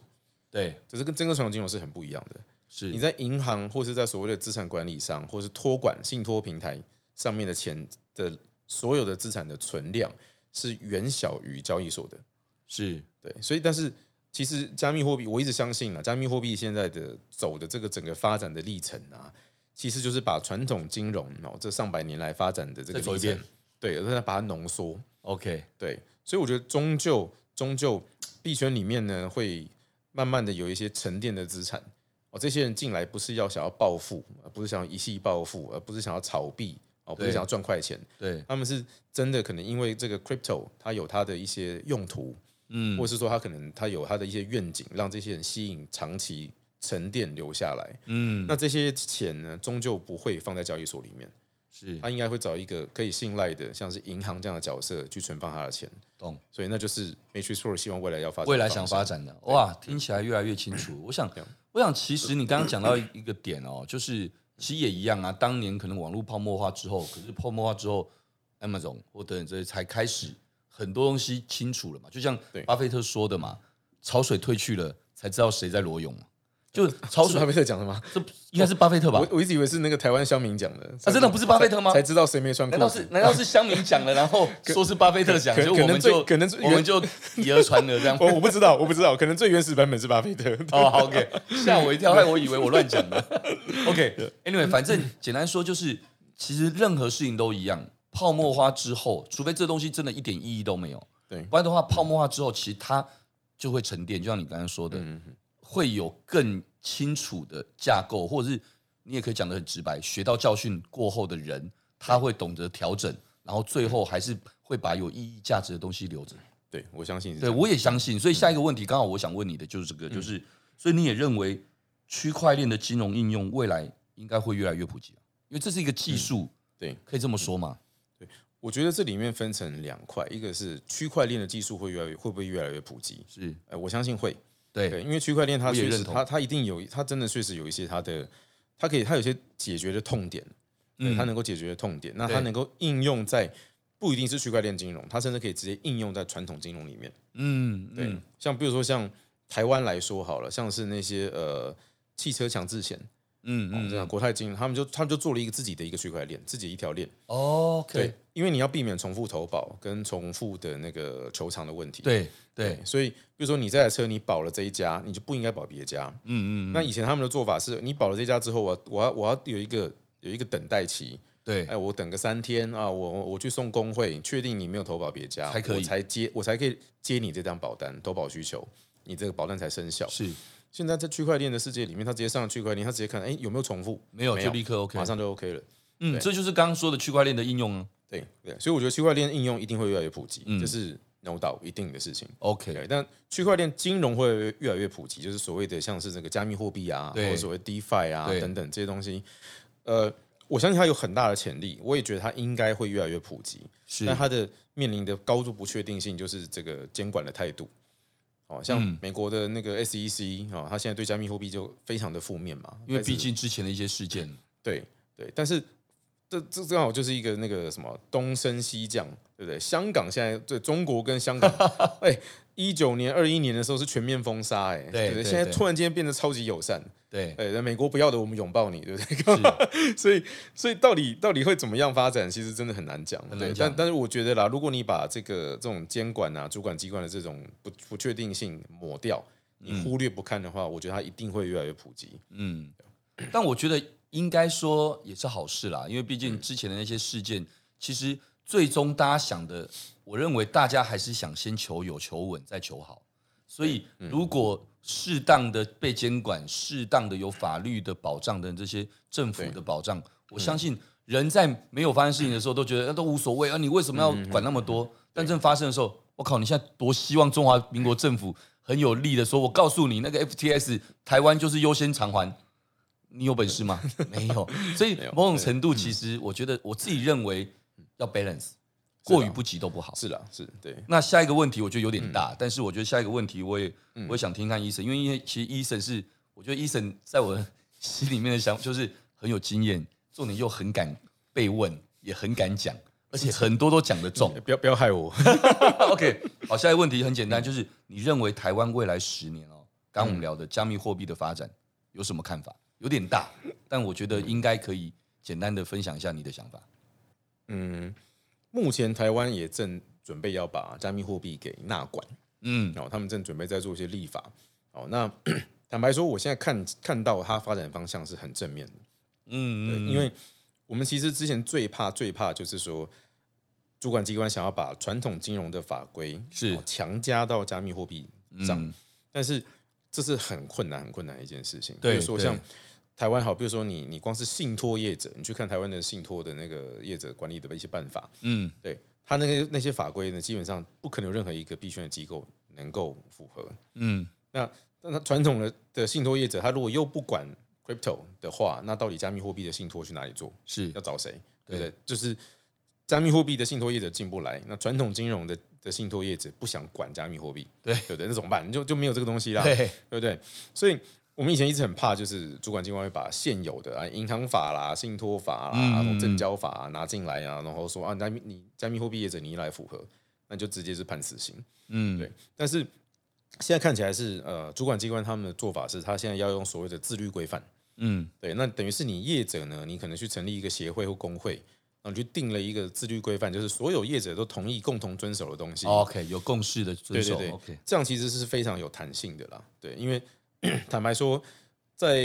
[SPEAKER 3] 对，
[SPEAKER 2] 只是跟真跟传统金融是很不一样的。你
[SPEAKER 3] 是，
[SPEAKER 2] 在银行或是在所谓的资产管理商，或是托管信托平台上面的钱的所有的资产的存量是远小于交易所的。
[SPEAKER 3] 是，
[SPEAKER 2] 对，所以但是其实加密货币，我一直相信了，加密货币现在的走的这个整个发展的历程啊，其实就是把传统金融哦这上百年来发展的这个
[SPEAKER 3] 再走
[SPEAKER 2] 历
[SPEAKER 3] 一
[SPEAKER 2] 程
[SPEAKER 3] 遍，
[SPEAKER 2] 对，然后再把它浓缩。
[SPEAKER 3] OK，
[SPEAKER 2] 对，所以我觉得终究终究币圈里面呢，会慢慢的有一些沉淀的资产。哦，这些人进来不是要想要暴富，呃不是想要一夕暴富，而不是想要炒币，哦，不是
[SPEAKER 3] 对
[SPEAKER 2] 想要赚快钱，
[SPEAKER 3] 对，
[SPEAKER 2] 他们是真的可能因为这个 crypto 它有它的一些用途，
[SPEAKER 3] 嗯
[SPEAKER 2] 或，是说他可能他有他的一些愿景，让这些人吸引长期沉淀留下来。
[SPEAKER 3] 嗯，
[SPEAKER 2] 那这些钱呢，终究不会放在交易所里面，
[SPEAKER 3] 是，
[SPEAKER 2] 他应该会找一个可以信赖的，像是银行这样的角色去存放他的钱。
[SPEAKER 3] 懂。
[SPEAKER 2] 所以那就是 Matrix Pro 希望未来要发展，
[SPEAKER 3] 未来想发，展的，哇，听起来越来越
[SPEAKER 2] [COUGHS]
[SPEAKER 3] 清楚。我想，我想，其实你刚刚讲到一个点哦，就是其实也一样啊。当年可能网络泡沫化之后，可是泡沫化之后，Amazon 或等等这些才开始很多东西清楚了嘛。就像
[SPEAKER 2] 对
[SPEAKER 3] 巴菲特说的嘛，潮水退去了，才知道谁在裸泳嘛。就是
[SPEAKER 2] [LAUGHS]
[SPEAKER 3] 潮
[SPEAKER 2] 是巴
[SPEAKER 3] 水，
[SPEAKER 2] 菲特讲的吗？
[SPEAKER 3] 这应该是巴菲特吧
[SPEAKER 2] 我？我一直以为是那个台湾乡民讲的，
[SPEAKER 3] 啊，真的不是巴菲特吗
[SPEAKER 2] 才？知道谁没穿裤
[SPEAKER 3] 难道
[SPEAKER 2] 子
[SPEAKER 3] 是。难道是乡民讲了，然后说是巴菲特讲，
[SPEAKER 2] 可
[SPEAKER 3] 所以
[SPEAKER 2] 可
[SPEAKER 3] 我
[SPEAKER 2] 能
[SPEAKER 3] 们
[SPEAKER 2] 最
[SPEAKER 3] 就
[SPEAKER 2] 可能最
[SPEAKER 3] 我们就以讹传讹这样？
[SPEAKER 2] [LAUGHS] 哦我我不知道，我不知道，可能最原始版本是巴菲特。 [LAUGHS]
[SPEAKER 3] [LAUGHS] 哦、o k 吓我一跳，害我以为我乱讲的。OK，Anyway，、反正简单说就是，其实任何事情都一样，泡沫化之后，除非这东西真的一点意义都没有，
[SPEAKER 2] 对
[SPEAKER 3] 不然的话，泡沫化之后，其实它就会沉淀，就像你刚才说的，
[SPEAKER 2] 嗯，
[SPEAKER 3] 会有更清楚的架构，或者是你也可以讲得很直白，学到教训过后的人，他会懂得调整，然后最后还是会把有意义、价值的东西留着。
[SPEAKER 2] 对我相信是这
[SPEAKER 3] 对，
[SPEAKER 2] 样。嗯
[SPEAKER 3] 我也相信。所以下一个问题，刚好我想问你的就是这个，就是所以你也认为区块链的金融应用未来应该会越来越普及啊，因为这是一个技术，
[SPEAKER 2] 嗯对，
[SPEAKER 3] 可以这么说嘛？
[SPEAKER 2] 我觉得这里面分成两块，一个是区块链的技术会越来越会不会越来越普及？
[SPEAKER 3] 是，
[SPEAKER 2] 呃，我相信会。对，
[SPEAKER 3] 对，
[SPEAKER 2] 因为区块链它
[SPEAKER 3] 我也
[SPEAKER 2] 确实
[SPEAKER 3] 认同
[SPEAKER 2] 它它一定有它真的确实有一些它的，它可以它有一些解决的痛点，
[SPEAKER 3] 嗯
[SPEAKER 2] 对它能够解决的痛点，那它
[SPEAKER 3] 对
[SPEAKER 2] 能够应用在不一定是区块链金融，它甚至可以直接应用在传统金融里面。
[SPEAKER 3] 嗯，
[SPEAKER 2] 对，
[SPEAKER 3] 嗯，
[SPEAKER 2] 像比如说像台湾来说好了，像是那些呃汽车强制险，
[SPEAKER 3] 嗯
[SPEAKER 2] 嗯，这样
[SPEAKER 3] 嗯
[SPEAKER 2] 国泰金，他们就他们就做了一个自己的一个区块链，自己一条链。对
[SPEAKER 3] ，OK，，
[SPEAKER 2] 因为你要避免重复投保跟重复的那个求偿的问题。
[SPEAKER 3] 对对，
[SPEAKER 2] 所以比如说你这台车你保了这一家，你就不应该保别家。
[SPEAKER 3] 嗯嗯，
[SPEAKER 2] 那以前他们的做法是，你保了这家之后，我我要我要有一个有一个等待期，
[SPEAKER 3] 对
[SPEAKER 2] 哎，我等个三天啊，我我我去送工会，确定你没有投保别家，
[SPEAKER 3] 才可以
[SPEAKER 2] 我才接我才可以接你这张保单，投保需求，你这个保单才生效。
[SPEAKER 3] 是
[SPEAKER 2] 现在在区块链的世界里面，他直接上区块链，他直接看，哎，有没有重复？
[SPEAKER 3] 没有
[SPEAKER 2] 没
[SPEAKER 3] 就
[SPEAKER 2] 有
[SPEAKER 3] 立刻 OK，
[SPEAKER 2] 马上就 OK 了。
[SPEAKER 3] 嗯，
[SPEAKER 2] 对
[SPEAKER 3] 这就是刚刚说的区块链的应用啊
[SPEAKER 2] 对对，所以我觉得区块链应用一定会越来越普及，
[SPEAKER 3] 嗯
[SPEAKER 2] 这是 no doubt 一定的事情。
[SPEAKER 3] ，OK，
[SPEAKER 2] 对，但区块链金融会越来越普及，就是所谓的像是这个加密货币啊，或
[SPEAKER 3] 对
[SPEAKER 2] 者所谓 DeFi 啊
[SPEAKER 3] 对
[SPEAKER 2] 等等这些东西，呃，我相信它有很大的潜力，我也觉得它应该会越来越普及。
[SPEAKER 3] 是
[SPEAKER 2] 但它的面临的高度不确定性就是这个监管的态度。哦，像
[SPEAKER 3] 嗯
[SPEAKER 2] 美国的那个 SEC 哦，它现在对加密货币就非常的负面嘛，
[SPEAKER 3] 因为
[SPEAKER 2] 但是
[SPEAKER 3] 毕竟之前的一些事件，
[SPEAKER 2] 对对，但是这这正好就是一个那个什么东升西降，对不对？香港现在对中国跟
[SPEAKER 3] [LAUGHS]
[SPEAKER 2] 香港，哎，一九年、二一年的时候是全面封杀、哎，
[SPEAKER 3] 对
[SPEAKER 2] 不对，
[SPEAKER 3] 对
[SPEAKER 2] 现在
[SPEAKER 3] 对
[SPEAKER 2] 突然间变得超级友善， [LAUGHS]
[SPEAKER 3] 对，
[SPEAKER 2] 哎，那美国不要的我们拥抱你，对不对？ [LAUGHS]
[SPEAKER 3] 是
[SPEAKER 2] 所以所以到底到底会怎么样发展，其实真的很难讲，
[SPEAKER 3] 很难
[SPEAKER 2] 对。
[SPEAKER 3] 讲
[SPEAKER 2] 但但是我觉得啦，如果你把这个这种监管啊、主管机关的这种不不确定性抹掉。你忽略不看的话，我觉得它一定会越来越普及。
[SPEAKER 3] 嗯，但我觉得应该说也是好事啦，因为毕
[SPEAKER 2] 嗯
[SPEAKER 3] 竟之前的那些事件，其实最终大家想的，我认为大家还是想先求有、求稳，再求好。所以，如果适当的被监管、适当的有法律的保障等这些政府的保障，我相信人在没有发生事情的时候都觉得那都无所谓啊，你为什么要管那么多？但正发生的时候，我靠，你现在多希望中华民国政府很有力的说，我告诉你，那个 FTS 台湾就是优先偿还，你有本事吗？没有，所以
[SPEAKER 2] 有
[SPEAKER 3] 某种程度，其实我觉得我自己认为要 balance，过于不及都不好。
[SPEAKER 2] 是啦，是对，
[SPEAKER 3] 那下一个问题我觉得有点大，但是我觉得下一个问题我也、我也想听看医生，因为因为其实医生是我觉得医生在我心里面的想就是很有经验，重点又很敢被问，也很敢讲，而且很多都讲得中
[SPEAKER 2] 哎。不要不要害我。
[SPEAKER 3] [LAUGHS] OK，好，下一个问题很简单，就是你认为台湾未来十年哦，刚刚我们聊的加密货币的发展有什么看法？有点大，但我觉得应该可以简单的分享一下你的想法。
[SPEAKER 2] 嗯，目前台湾也正准备要把加密货币给纳管，
[SPEAKER 3] 嗯，
[SPEAKER 2] 然后他们正准备在做一些立法。哦，那 [COUGHS] 坦白说，我现在看看到它发展方向是很正面的，对
[SPEAKER 3] 嗯
[SPEAKER 2] 因为我们其实之前最怕最怕就是说，主管机关想要把传统金融的法规
[SPEAKER 3] 是
[SPEAKER 2] 哦强加到加密货币上，
[SPEAKER 3] 嗯
[SPEAKER 2] 但是这是很困难、很困难的一件事情。
[SPEAKER 3] 对
[SPEAKER 2] 比如说
[SPEAKER 3] 对
[SPEAKER 2] 像台湾好，比如说你你光是信托业者，你去看台湾的信托的那个业者管理的一些办法，
[SPEAKER 3] 嗯，
[SPEAKER 2] 对他那个那些法规呢，基本上不可能有任何一个币圈的机构能够符合。
[SPEAKER 3] 嗯，
[SPEAKER 2] 但他传统的的信托业者，他如果又不管 crypto 的话，那到底加密货币的信托去哪里做？
[SPEAKER 3] 是
[SPEAKER 2] 要找谁？
[SPEAKER 3] 嗯对
[SPEAKER 2] 对不对？就是加密货币的信托业者进不来，那传统金融的的信托业者不想管加密货币，
[SPEAKER 3] 对
[SPEAKER 2] 对不对？那怎么办？你就就没有这个东西啦，
[SPEAKER 3] 对，
[SPEAKER 2] 对不对？所以我们以前一直很怕，就是主管机关会把现有的啊银行法啦、信托法啦、
[SPEAKER 3] 嗯
[SPEAKER 2] 然后证交法、啊、拿进来啊，然后说啊，加密你加密货币业者你一来符合，那就直接是判死刑。
[SPEAKER 3] 嗯，
[SPEAKER 2] 对但是现在看起来是呃，主管机关他们的做法是，他现在要用所谓的自律规范。
[SPEAKER 3] [LAUGHS] 嗯，
[SPEAKER 2] 对，那等于是你业者呢，你可能去成立一个协会或工会，然后你去定了一个自律规范，就是所有业者都同意共同遵守的东西。
[SPEAKER 3] 哦 OK，有共识的遵
[SPEAKER 2] 对
[SPEAKER 3] 守
[SPEAKER 2] 对对
[SPEAKER 3] o k
[SPEAKER 2] 这样其实是非常有弹性的啦。对，因 [CLEARS THROAT] 为坦白说，在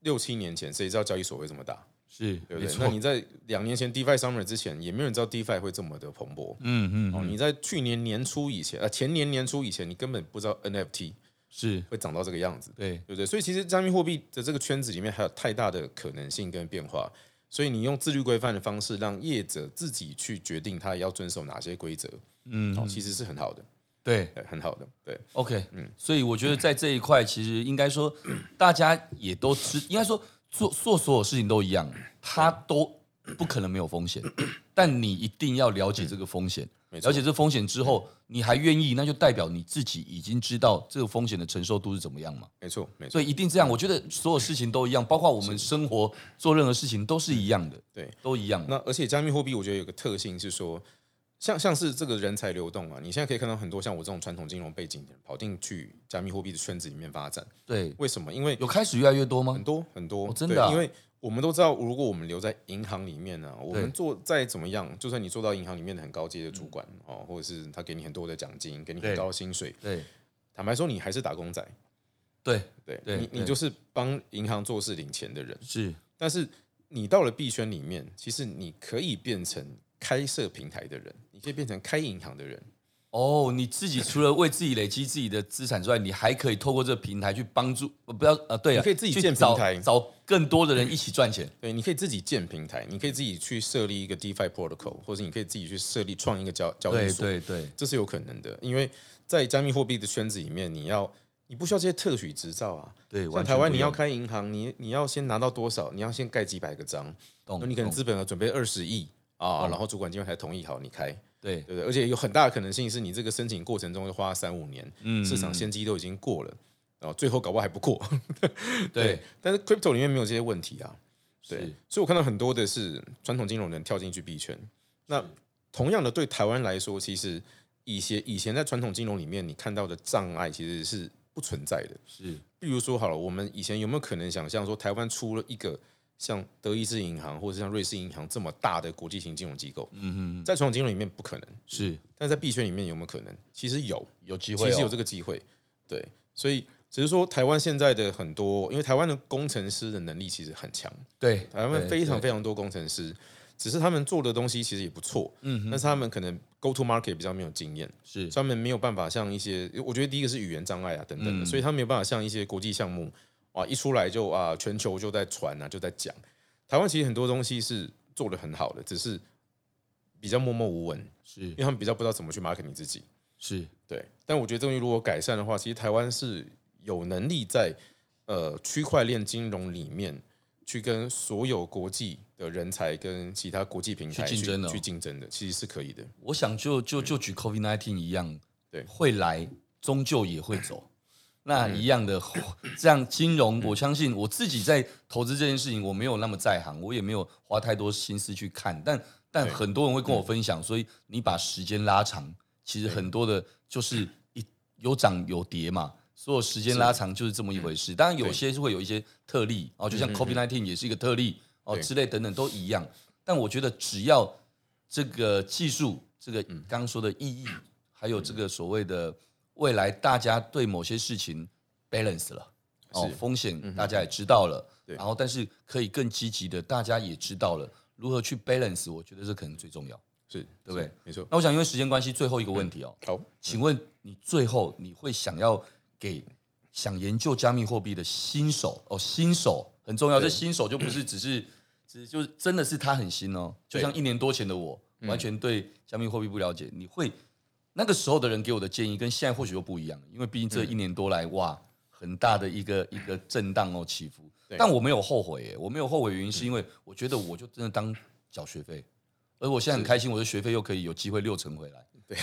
[SPEAKER 2] 六七年前，谁知道交易所会这么大？
[SPEAKER 3] 是
[SPEAKER 2] 对不
[SPEAKER 3] 没
[SPEAKER 2] 对？
[SPEAKER 3] 错
[SPEAKER 2] 那你在两年前 DeFi Summer 之前，也没有人知道 DeFi 会这么的蓬勃。
[SPEAKER 3] 嗯嗯
[SPEAKER 2] 哦，你在去年年初以前，呃，前年年初以前，你根本不知道 NFT
[SPEAKER 3] 是
[SPEAKER 2] 会涨到这个样子，
[SPEAKER 3] 对
[SPEAKER 2] 对不对？所以其实加密货币的这个圈子里面还有太大的可能性跟变化，所以你用自律规范的方式，让业者自己去决定他要遵守哪些规则，
[SPEAKER 3] 嗯
[SPEAKER 2] 哦，其实是很好的，
[SPEAKER 3] 对
[SPEAKER 2] 对很好的，对，
[SPEAKER 3] OK，所以嗯我觉得在这一块，其实应该 [CLEARS THROAT] 说，大家也都知，应该说做做所有事情都一样，它都不可能没有风 [CLEARS THROAT] 险，但你一定要了解这个风险，
[SPEAKER 2] 没错
[SPEAKER 3] 了解这风险之后，你还愿意，那就代表你自己已经知道这个风险的承受度是怎么样嘛。
[SPEAKER 2] 没错，没错
[SPEAKER 3] 所。以一定这样，我觉得所有事情都一样，包括我们生活做任何事情都是一样的，
[SPEAKER 2] 对，
[SPEAKER 3] 都一样的。
[SPEAKER 2] 那而且加密货币，我觉得有个特性是说，像像是这个人才流动啊，你现在可以看到很多像我这种传统金融背景的人跑进去加密货币的圈子里面发展，
[SPEAKER 3] 对，
[SPEAKER 2] 为什么？因为
[SPEAKER 3] 有开始越来越多吗
[SPEAKER 2] 很？多很多，
[SPEAKER 3] 哦真
[SPEAKER 2] 对
[SPEAKER 3] 的啊
[SPEAKER 2] 因为我们都知道，如果我们留在银行里面呢、啊我
[SPEAKER 3] 对嗯
[SPEAKER 2] 们做再怎么样，就算你做到银行里面的很高阶的主管、哦，或者是他给你很多的奖金，给你很
[SPEAKER 3] 对
[SPEAKER 2] 高的薪水，
[SPEAKER 3] 对
[SPEAKER 2] 坦白说，你还是打工仔，
[SPEAKER 3] 对，
[SPEAKER 2] 对
[SPEAKER 3] 对
[SPEAKER 2] 你你
[SPEAKER 3] 对
[SPEAKER 2] 就是帮银行做事领钱的人，
[SPEAKER 3] 是
[SPEAKER 2] 但是你到了币圈里面，其实你可以变成开设平台的人，你可以变成开银行的人，
[SPEAKER 3] 哦，你自己除了为自己累积自己的资产之外，你还可以透过这个平台去帮助，呃不要呃，对啊，
[SPEAKER 2] 你可以自己
[SPEAKER 3] 去
[SPEAKER 2] 建
[SPEAKER 3] 找
[SPEAKER 2] 平台
[SPEAKER 3] 找更多的人一起赚钱。
[SPEAKER 2] 对，你可以自己建平台，你可以自己去设立一个 DeFi protocol，或者你可以自己去设立创一个交交易
[SPEAKER 3] 对
[SPEAKER 2] 所，
[SPEAKER 3] 对对，
[SPEAKER 2] 这是有可能的，因为在加密货币的圈子里面，你要你不需要这些特许执照啊。
[SPEAKER 3] 对
[SPEAKER 2] 像
[SPEAKER 3] 完全
[SPEAKER 2] 台湾
[SPEAKER 3] 不一
[SPEAKER 2] 你要
[SPEAKER 3] 样
[SPEAKER 2] 开银行，你你要先拿到多少？你要先盖几百个章，那
[SPEAKER 3] 懂，
[SPEAKER 2] 你可能
[SPEAKER 3] 懂
[SPEAKER 2] 资本要准备二十亿啊，
[SPEAKER 3] 懂
[SPEAKER 2] 然后主管机关才同意好你开，
[SPEAKER 3] 对
[SPEAKER 2] 对不对？而且有很大的可能性是你这个申请过程中会花三五年，
[SPEAKER 3] 嗯
[SPEAKER 2] 市场先机都已经过了，然后最后搞不好还不过。 [LAUGHS]
[SPEAKER 3] 对，
[SPEAKER 2] 但是 crypto 里面没有这些问题啊。对
[SPEAKER 3] 是，
[SPEAKER 2] 所以我看到很多的是传统金融人跳进去币圈。那同样的，对台湾来说，其实以前以前在传统金融里面你看到的障碍其实是不存在的。
[SPEAKER 3] 是
[SPEAKER 2] 比如说好了，我们以前有没有可能想象说，台湾出了一个像德意志银行或者像瑞士银行这么大的国际型金融机构？嗯嗯，在传统金融里面不可能，
[SPEAKER 3] 是
[SPEAKER 2] 但在币圈里面有没有可能？其实有，
[SPEAKER 3] 有机会、哦，
[SPEAKER 2] 其实有这
[SPEAKER 3] 个
[SPEAKER 2] 个机会。对，所以只是说台湾现在的很多，因为台湾的工程师的能力其实很强，
[SPEAKER 3] 对，
[SPEAKER 2] 台湾
[SPEAKER 3] 对
[SPEAKER 2] 非常
[SPEAKER 3] 哎对
[SPEAKER 2] 非常多工程师，只是他们做的东西其实也不错，嗯，但是他们可能 go to market 比较没有经验，
[SPEAKER 3] 是
[SPEAKER 2] 所以他们没有办法像一些，我觉得第一个是语言障碍啊等
[SPEAKER 3] 嗯
[SPEAKER 2] 等的，所以他没有办法像一些国际项目啊一出来就啊全球就在传啊就在讲，台湾其实很多东西是做的很好的，只是比较默默无闻，
[SPEAKER 3] 是
[SPEAKER 2] 因为他们比较不知道怎么去 market 你自己。
[SPEAKER 3] 是
[SPEAKER 2] 对，但我觉得这东西如果改善的话，其实台湾是有能力在呃区块链金融里面去跟所有国际的人才跟其他国际平台
[SPEAKER 3] 去竞争的哦
[SPEAKER 2] 去竞争的，其实是可以的。
[SPEAKER 3] 我想就就就举 COVID nineteen 一样，
[SPEAKER 2] 对嗯
[SPEAKER 3] 会来终究也会走。那一样的，这样金融，我相信我自己在投资这件事情，我没有那么在行，我也没有花太多心思去看，但但很多人会
[SPEAKER 2] 嗯
[SPEAKER 3] 跟我分享，所以你把时间拉长，其实很多的就是一有涨有跌嘛，所有时间拉长就是这么一回
[SPEAKER 2] 嗯
[SPEAKER 3] 事。当然有些是会有一些特例哦，就像 COVID nineteen 也是一个特例哦
[SPEAKER 2] 对
[SPEAKER 3] 之类等等都一样，但我觉得只要这个技术，这个
[SPEAKER 2] 嗯
[SPEAKER 3] 刚刚说的意义，还有这个所谓的未来大家对某些事情 balance 了，哦，
[SPEAKER 2] 是嗯
[SPEAKER 3] 风险大家也知道了，
[SPEAKER 2] 对
[SPEAKER 3] 然后但是可以更积极的，大家也知道了如何去 balance，我觉得这可能最重要。
[SPEAKER 2] 是
[SPEAKER 3] 对不对
[SPEAKER 2] 是没错。
[SPEAKER 3] 那我想因为时间关系，最后一个问题哦，
[SPEAKER 2] 好，
[SPEAKER 3] 请问你最后你会想要给想研究加密货币的新手哦，新手很重要，这
[SPEAKER 2] 对
[SPEAKER 3] 新手就不是只是 [CLEARS THROAT] 只就是真的是他很新哦，就
[SPEAKER 2] 对嗯
[SPEAKER 3] 像一年多前的我，完全对加密货币不了解，你会那个时候的人给我的建议跟现在或许又不一样，因为毕竟这一年多来哇。很大的一个一个震荡哦起伏，
[SPEAKER 2] 对
[SPEAKER 3] 但我没有后悔耶，我没有后悔，原因是因为我觉得我就真的当缴学费，而我现在很开心，我的学费又可以有机会六成回来。 [LAUGHS] 对，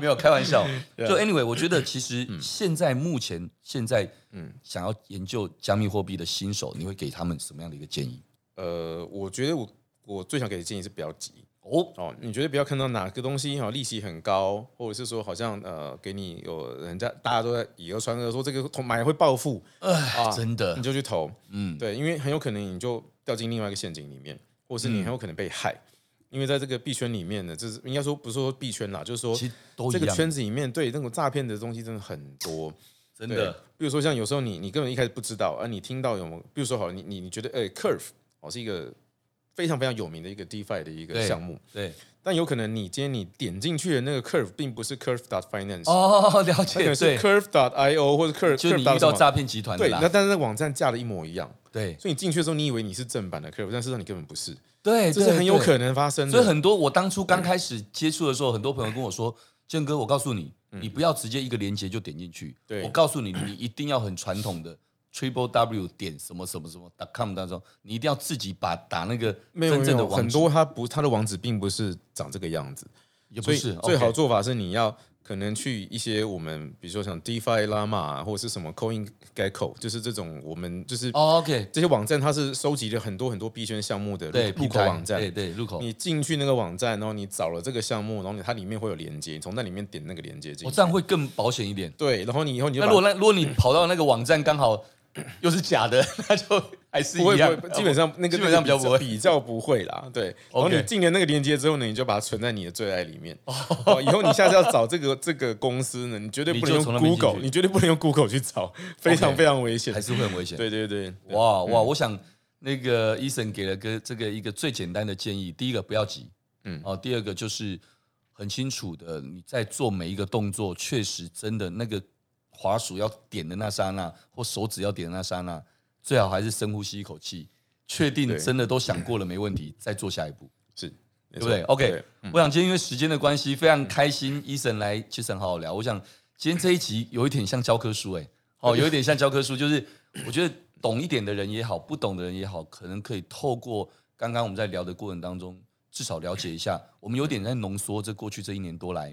[SPEAKER 3] 没有开玩笑。就 anyway，我觉
[SPEAKER 2] 嗯
[SPEAKER 3] 得其实现在目前现在嗯，想要研究加密货币的新手，你会给他们什么样的一个建议？
[SPEAKER 2] 呃，我觉得我我最想给的建议是不要急
[SPEAKER 3] 哦，
[SPEAKER 2] 哦，你觉得不要看到哪个东西哈利息很高，或者是说好像呃给你有人家大家都在以讹传讹说这个买会暴富，啊
[SPEAKER 3] 哦真的
[SPEAKER 2] 你，就去投，
[SPEAKER 3] 嗯，
[SPEAKER 2] 对，因为很有可能你就掉进另外一个陷阱里面，或是
[SPEAKER 3] 嗯
[SPEAKER 2] 你很有可能被害，因为在这个币圈里面呢，就是应该说不是说币圈啦，就是说
[SPEAKER 3] 其实都一
[SPEAKER 2] 这个
[SPEAKER 3] 样，
[SPEAKER 2] 圈子里面对那种诈骗的东西真的很多，
[SPEAKER 3] 真
[SPEAKER 2] 啊对，比如说像有时候你你根本一开始不知道，而、你听到有，比如说好了，你你你觉得哎、Curve 哦，是一个非常非常有名的一个 DeFi 的一个
[SPEAKER 3] 对
[SPEAKER 2] 项目。
[SPEAKER 3] 对，
[SPEAKER 2] 但有可能你今天你点进去的那个 Curve 并不是 Curve dot Finance，、
[SPEAKER 3] 哦，了
[SPEAKER 2] 它可
[SPEAKER 3] 解，
[SPEAKER 2] 能是
[SPEAKER 3] 对，
[SPEAKER 2] Curve dot IO 或者 Curve
[SPEAKER 3] 就是你
[SPEAKER 2] Curve dot
[SPEAKER 3] 遇到
[SPEAKER 2] 什么
[SPEAKER 3] 诈骗集团的
[SPEAKER 2] 啊对，那
[SPEAKER 3] 啦，
[SPEAKER 2] 但是那网站架的一模一样，
[SPEAKER 3] 对
[SPEAKER 2] 所以你进去的时候你以为你是正版的 Curve，但事实上你根本不是，
[SPEAKER 3] 对，
[SPEAKER 2] 这是很有
[SPEAKER 3] 能。
[SPEAKER 2] 可能发生的。
[SPEAKER 3] 所以很多我当初刚开始接触的时候，很多朋友跟我说：“建哥，我告诉你，你不要直接一个连接就点进去。
[SPEAKER 2] 嗯对
[SPEAKER 3] 我告诉你，你一定要很传统的 triple w 点什么什么什么 com 当中，你一定要自己把打那个
[SPEAKER 2] 没有
[SPEAKER 3] 真
[SPEAKER 2] 没
[SPEAKER 3] 正的
[SPEAKER 2] 有，
[SPEAKER 3] 网
[SPEAKER 2] 很
[SPEAKER 3] 址，
[SPEAKER 2] 多它不它的网址并不是长这个样子，
[SPEAKER 3] 也不
[SPEAKER 2] 所以
[SPEAKER 3] 是
[SPEAKER 2] 最好
[SPEAKER 3] OK
[SPEAKER 2] 做法是你要可能去一些我们比如说像 DeFi Llama 啊或者是什么 Coin Gecko，就是这种我们就是
[SPEAKER 3] 哦 OK
[SPEAKER 2] 这些网站它是收集了很多很多币圈项目的入
[SPEAKER 3] 对
[SPEAKER 2] 入
[SPEAKER 3] 平
[SPEAKER 2] 口
[SPEAKER 3] 台
[SPEAKER 2] 网站
[SPEAKER 3] 对。对入口。
[SPEAKER 2] 你进去那个网站，然后你找了这个项目，然后你它里面会有连接，你从那里面点那个连接进
[SPEAKER 3] 我
[SPEAKER 2] 去。
[SPEAKER 3] 哦这样会更保险一点。
[SPEAKER 2] 对，然后你以后你就
[SPEAKER 3] 那
[SPEAKER 2] 把
[SPEAKER 3] 如果那如果你跑到那个网站刚好又是假的， [LAUGHS] 那就还是
[SPEAKER 2] 不会
[SPEAKER 3] 一样哦
[SPEAKER 2] 不。会，基本上那个
[SPEAKER 3] 基本上比较不会
[SPEAKER 2] 比较不会啦。对，然后
[SPEAKER 3] OK
[SPEAKER 2] 你进了那个链接之后呢，你就把它存在你的最爱里面。哦，以后你下次要找这个这个公司呢，你绝对不能
[SPEAKER 3] 你就从
[SPEAKER 2] 用
[SPEAKER 3] 那边进去
[SPEAKER 2] Google，你绝对不能用 Google 去找，非常
[SPEAKER 3] OK
[SPEAKER 2] 非常危险
[SPEAKER 3] 还。是会很危险。
[SPEAKER 2] 对对对，嗯
[SPEAKER 3] 哇哇，我想那个医生给了个这个一个最简单的建议，第一个不要急，嗯
[SPEAKER 2] 嗯，
[SPEAKER 3] 哦，第二个就是很清楚的，你在做每一个动作，确实真的那个滑鼠要点的那刹那，或手指要点的那刹那，最好还是深呼吸一口气，确定
[SPEAKER 2] 对
[SPEAKER 3] 真的都想过了没问题，再做下一步。
[SPEAKER 2] 是，对
[SPEAKER 3] 对不对？OK，我想今天因为时间的关系，非常开心，医生来 j a 好好聊。我想今天这一集有一点像教科书、欸，哎，哦，有一点像教科书，就是我觉得懂一点的人也好，不懂的人也好，可能可以透过刚刚我们在聊的过程当中，至少了解一下。我们有点在浓缩这过去这一年多来，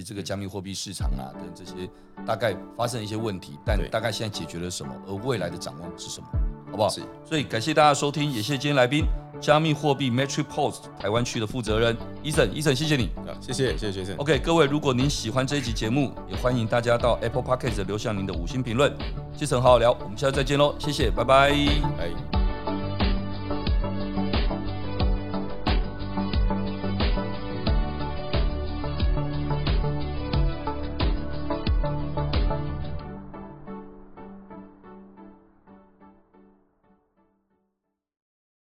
[SPEAKER 2] 嗯
[SPEAKER 3] 实这个加密货币市场啊，跟这些大概发生了一些问题，但
[SPEAKER 2] 对
[SPEAKER 3] 大概现在解决了什么，而未来的展望是什么，好不好？
[SPEAKER 2] 是
[SPEAKER 3] 所以感谢大家收听，也谢谢今天来宾加密货币 Metric Post 台湾区的负责人 Eason，Eason 谢谢你。
[SPEAKER 2] 啊谢谢谢谢先生。
[SPEAKER 3] OK，各位，如果您喜欢这一集节目，也欢迎大家到 Apple Podcast 留下您的五星评论。继承好好聊，我们下次再见喽，谢谢，拜拜。
[SPEAKER 2] 哎。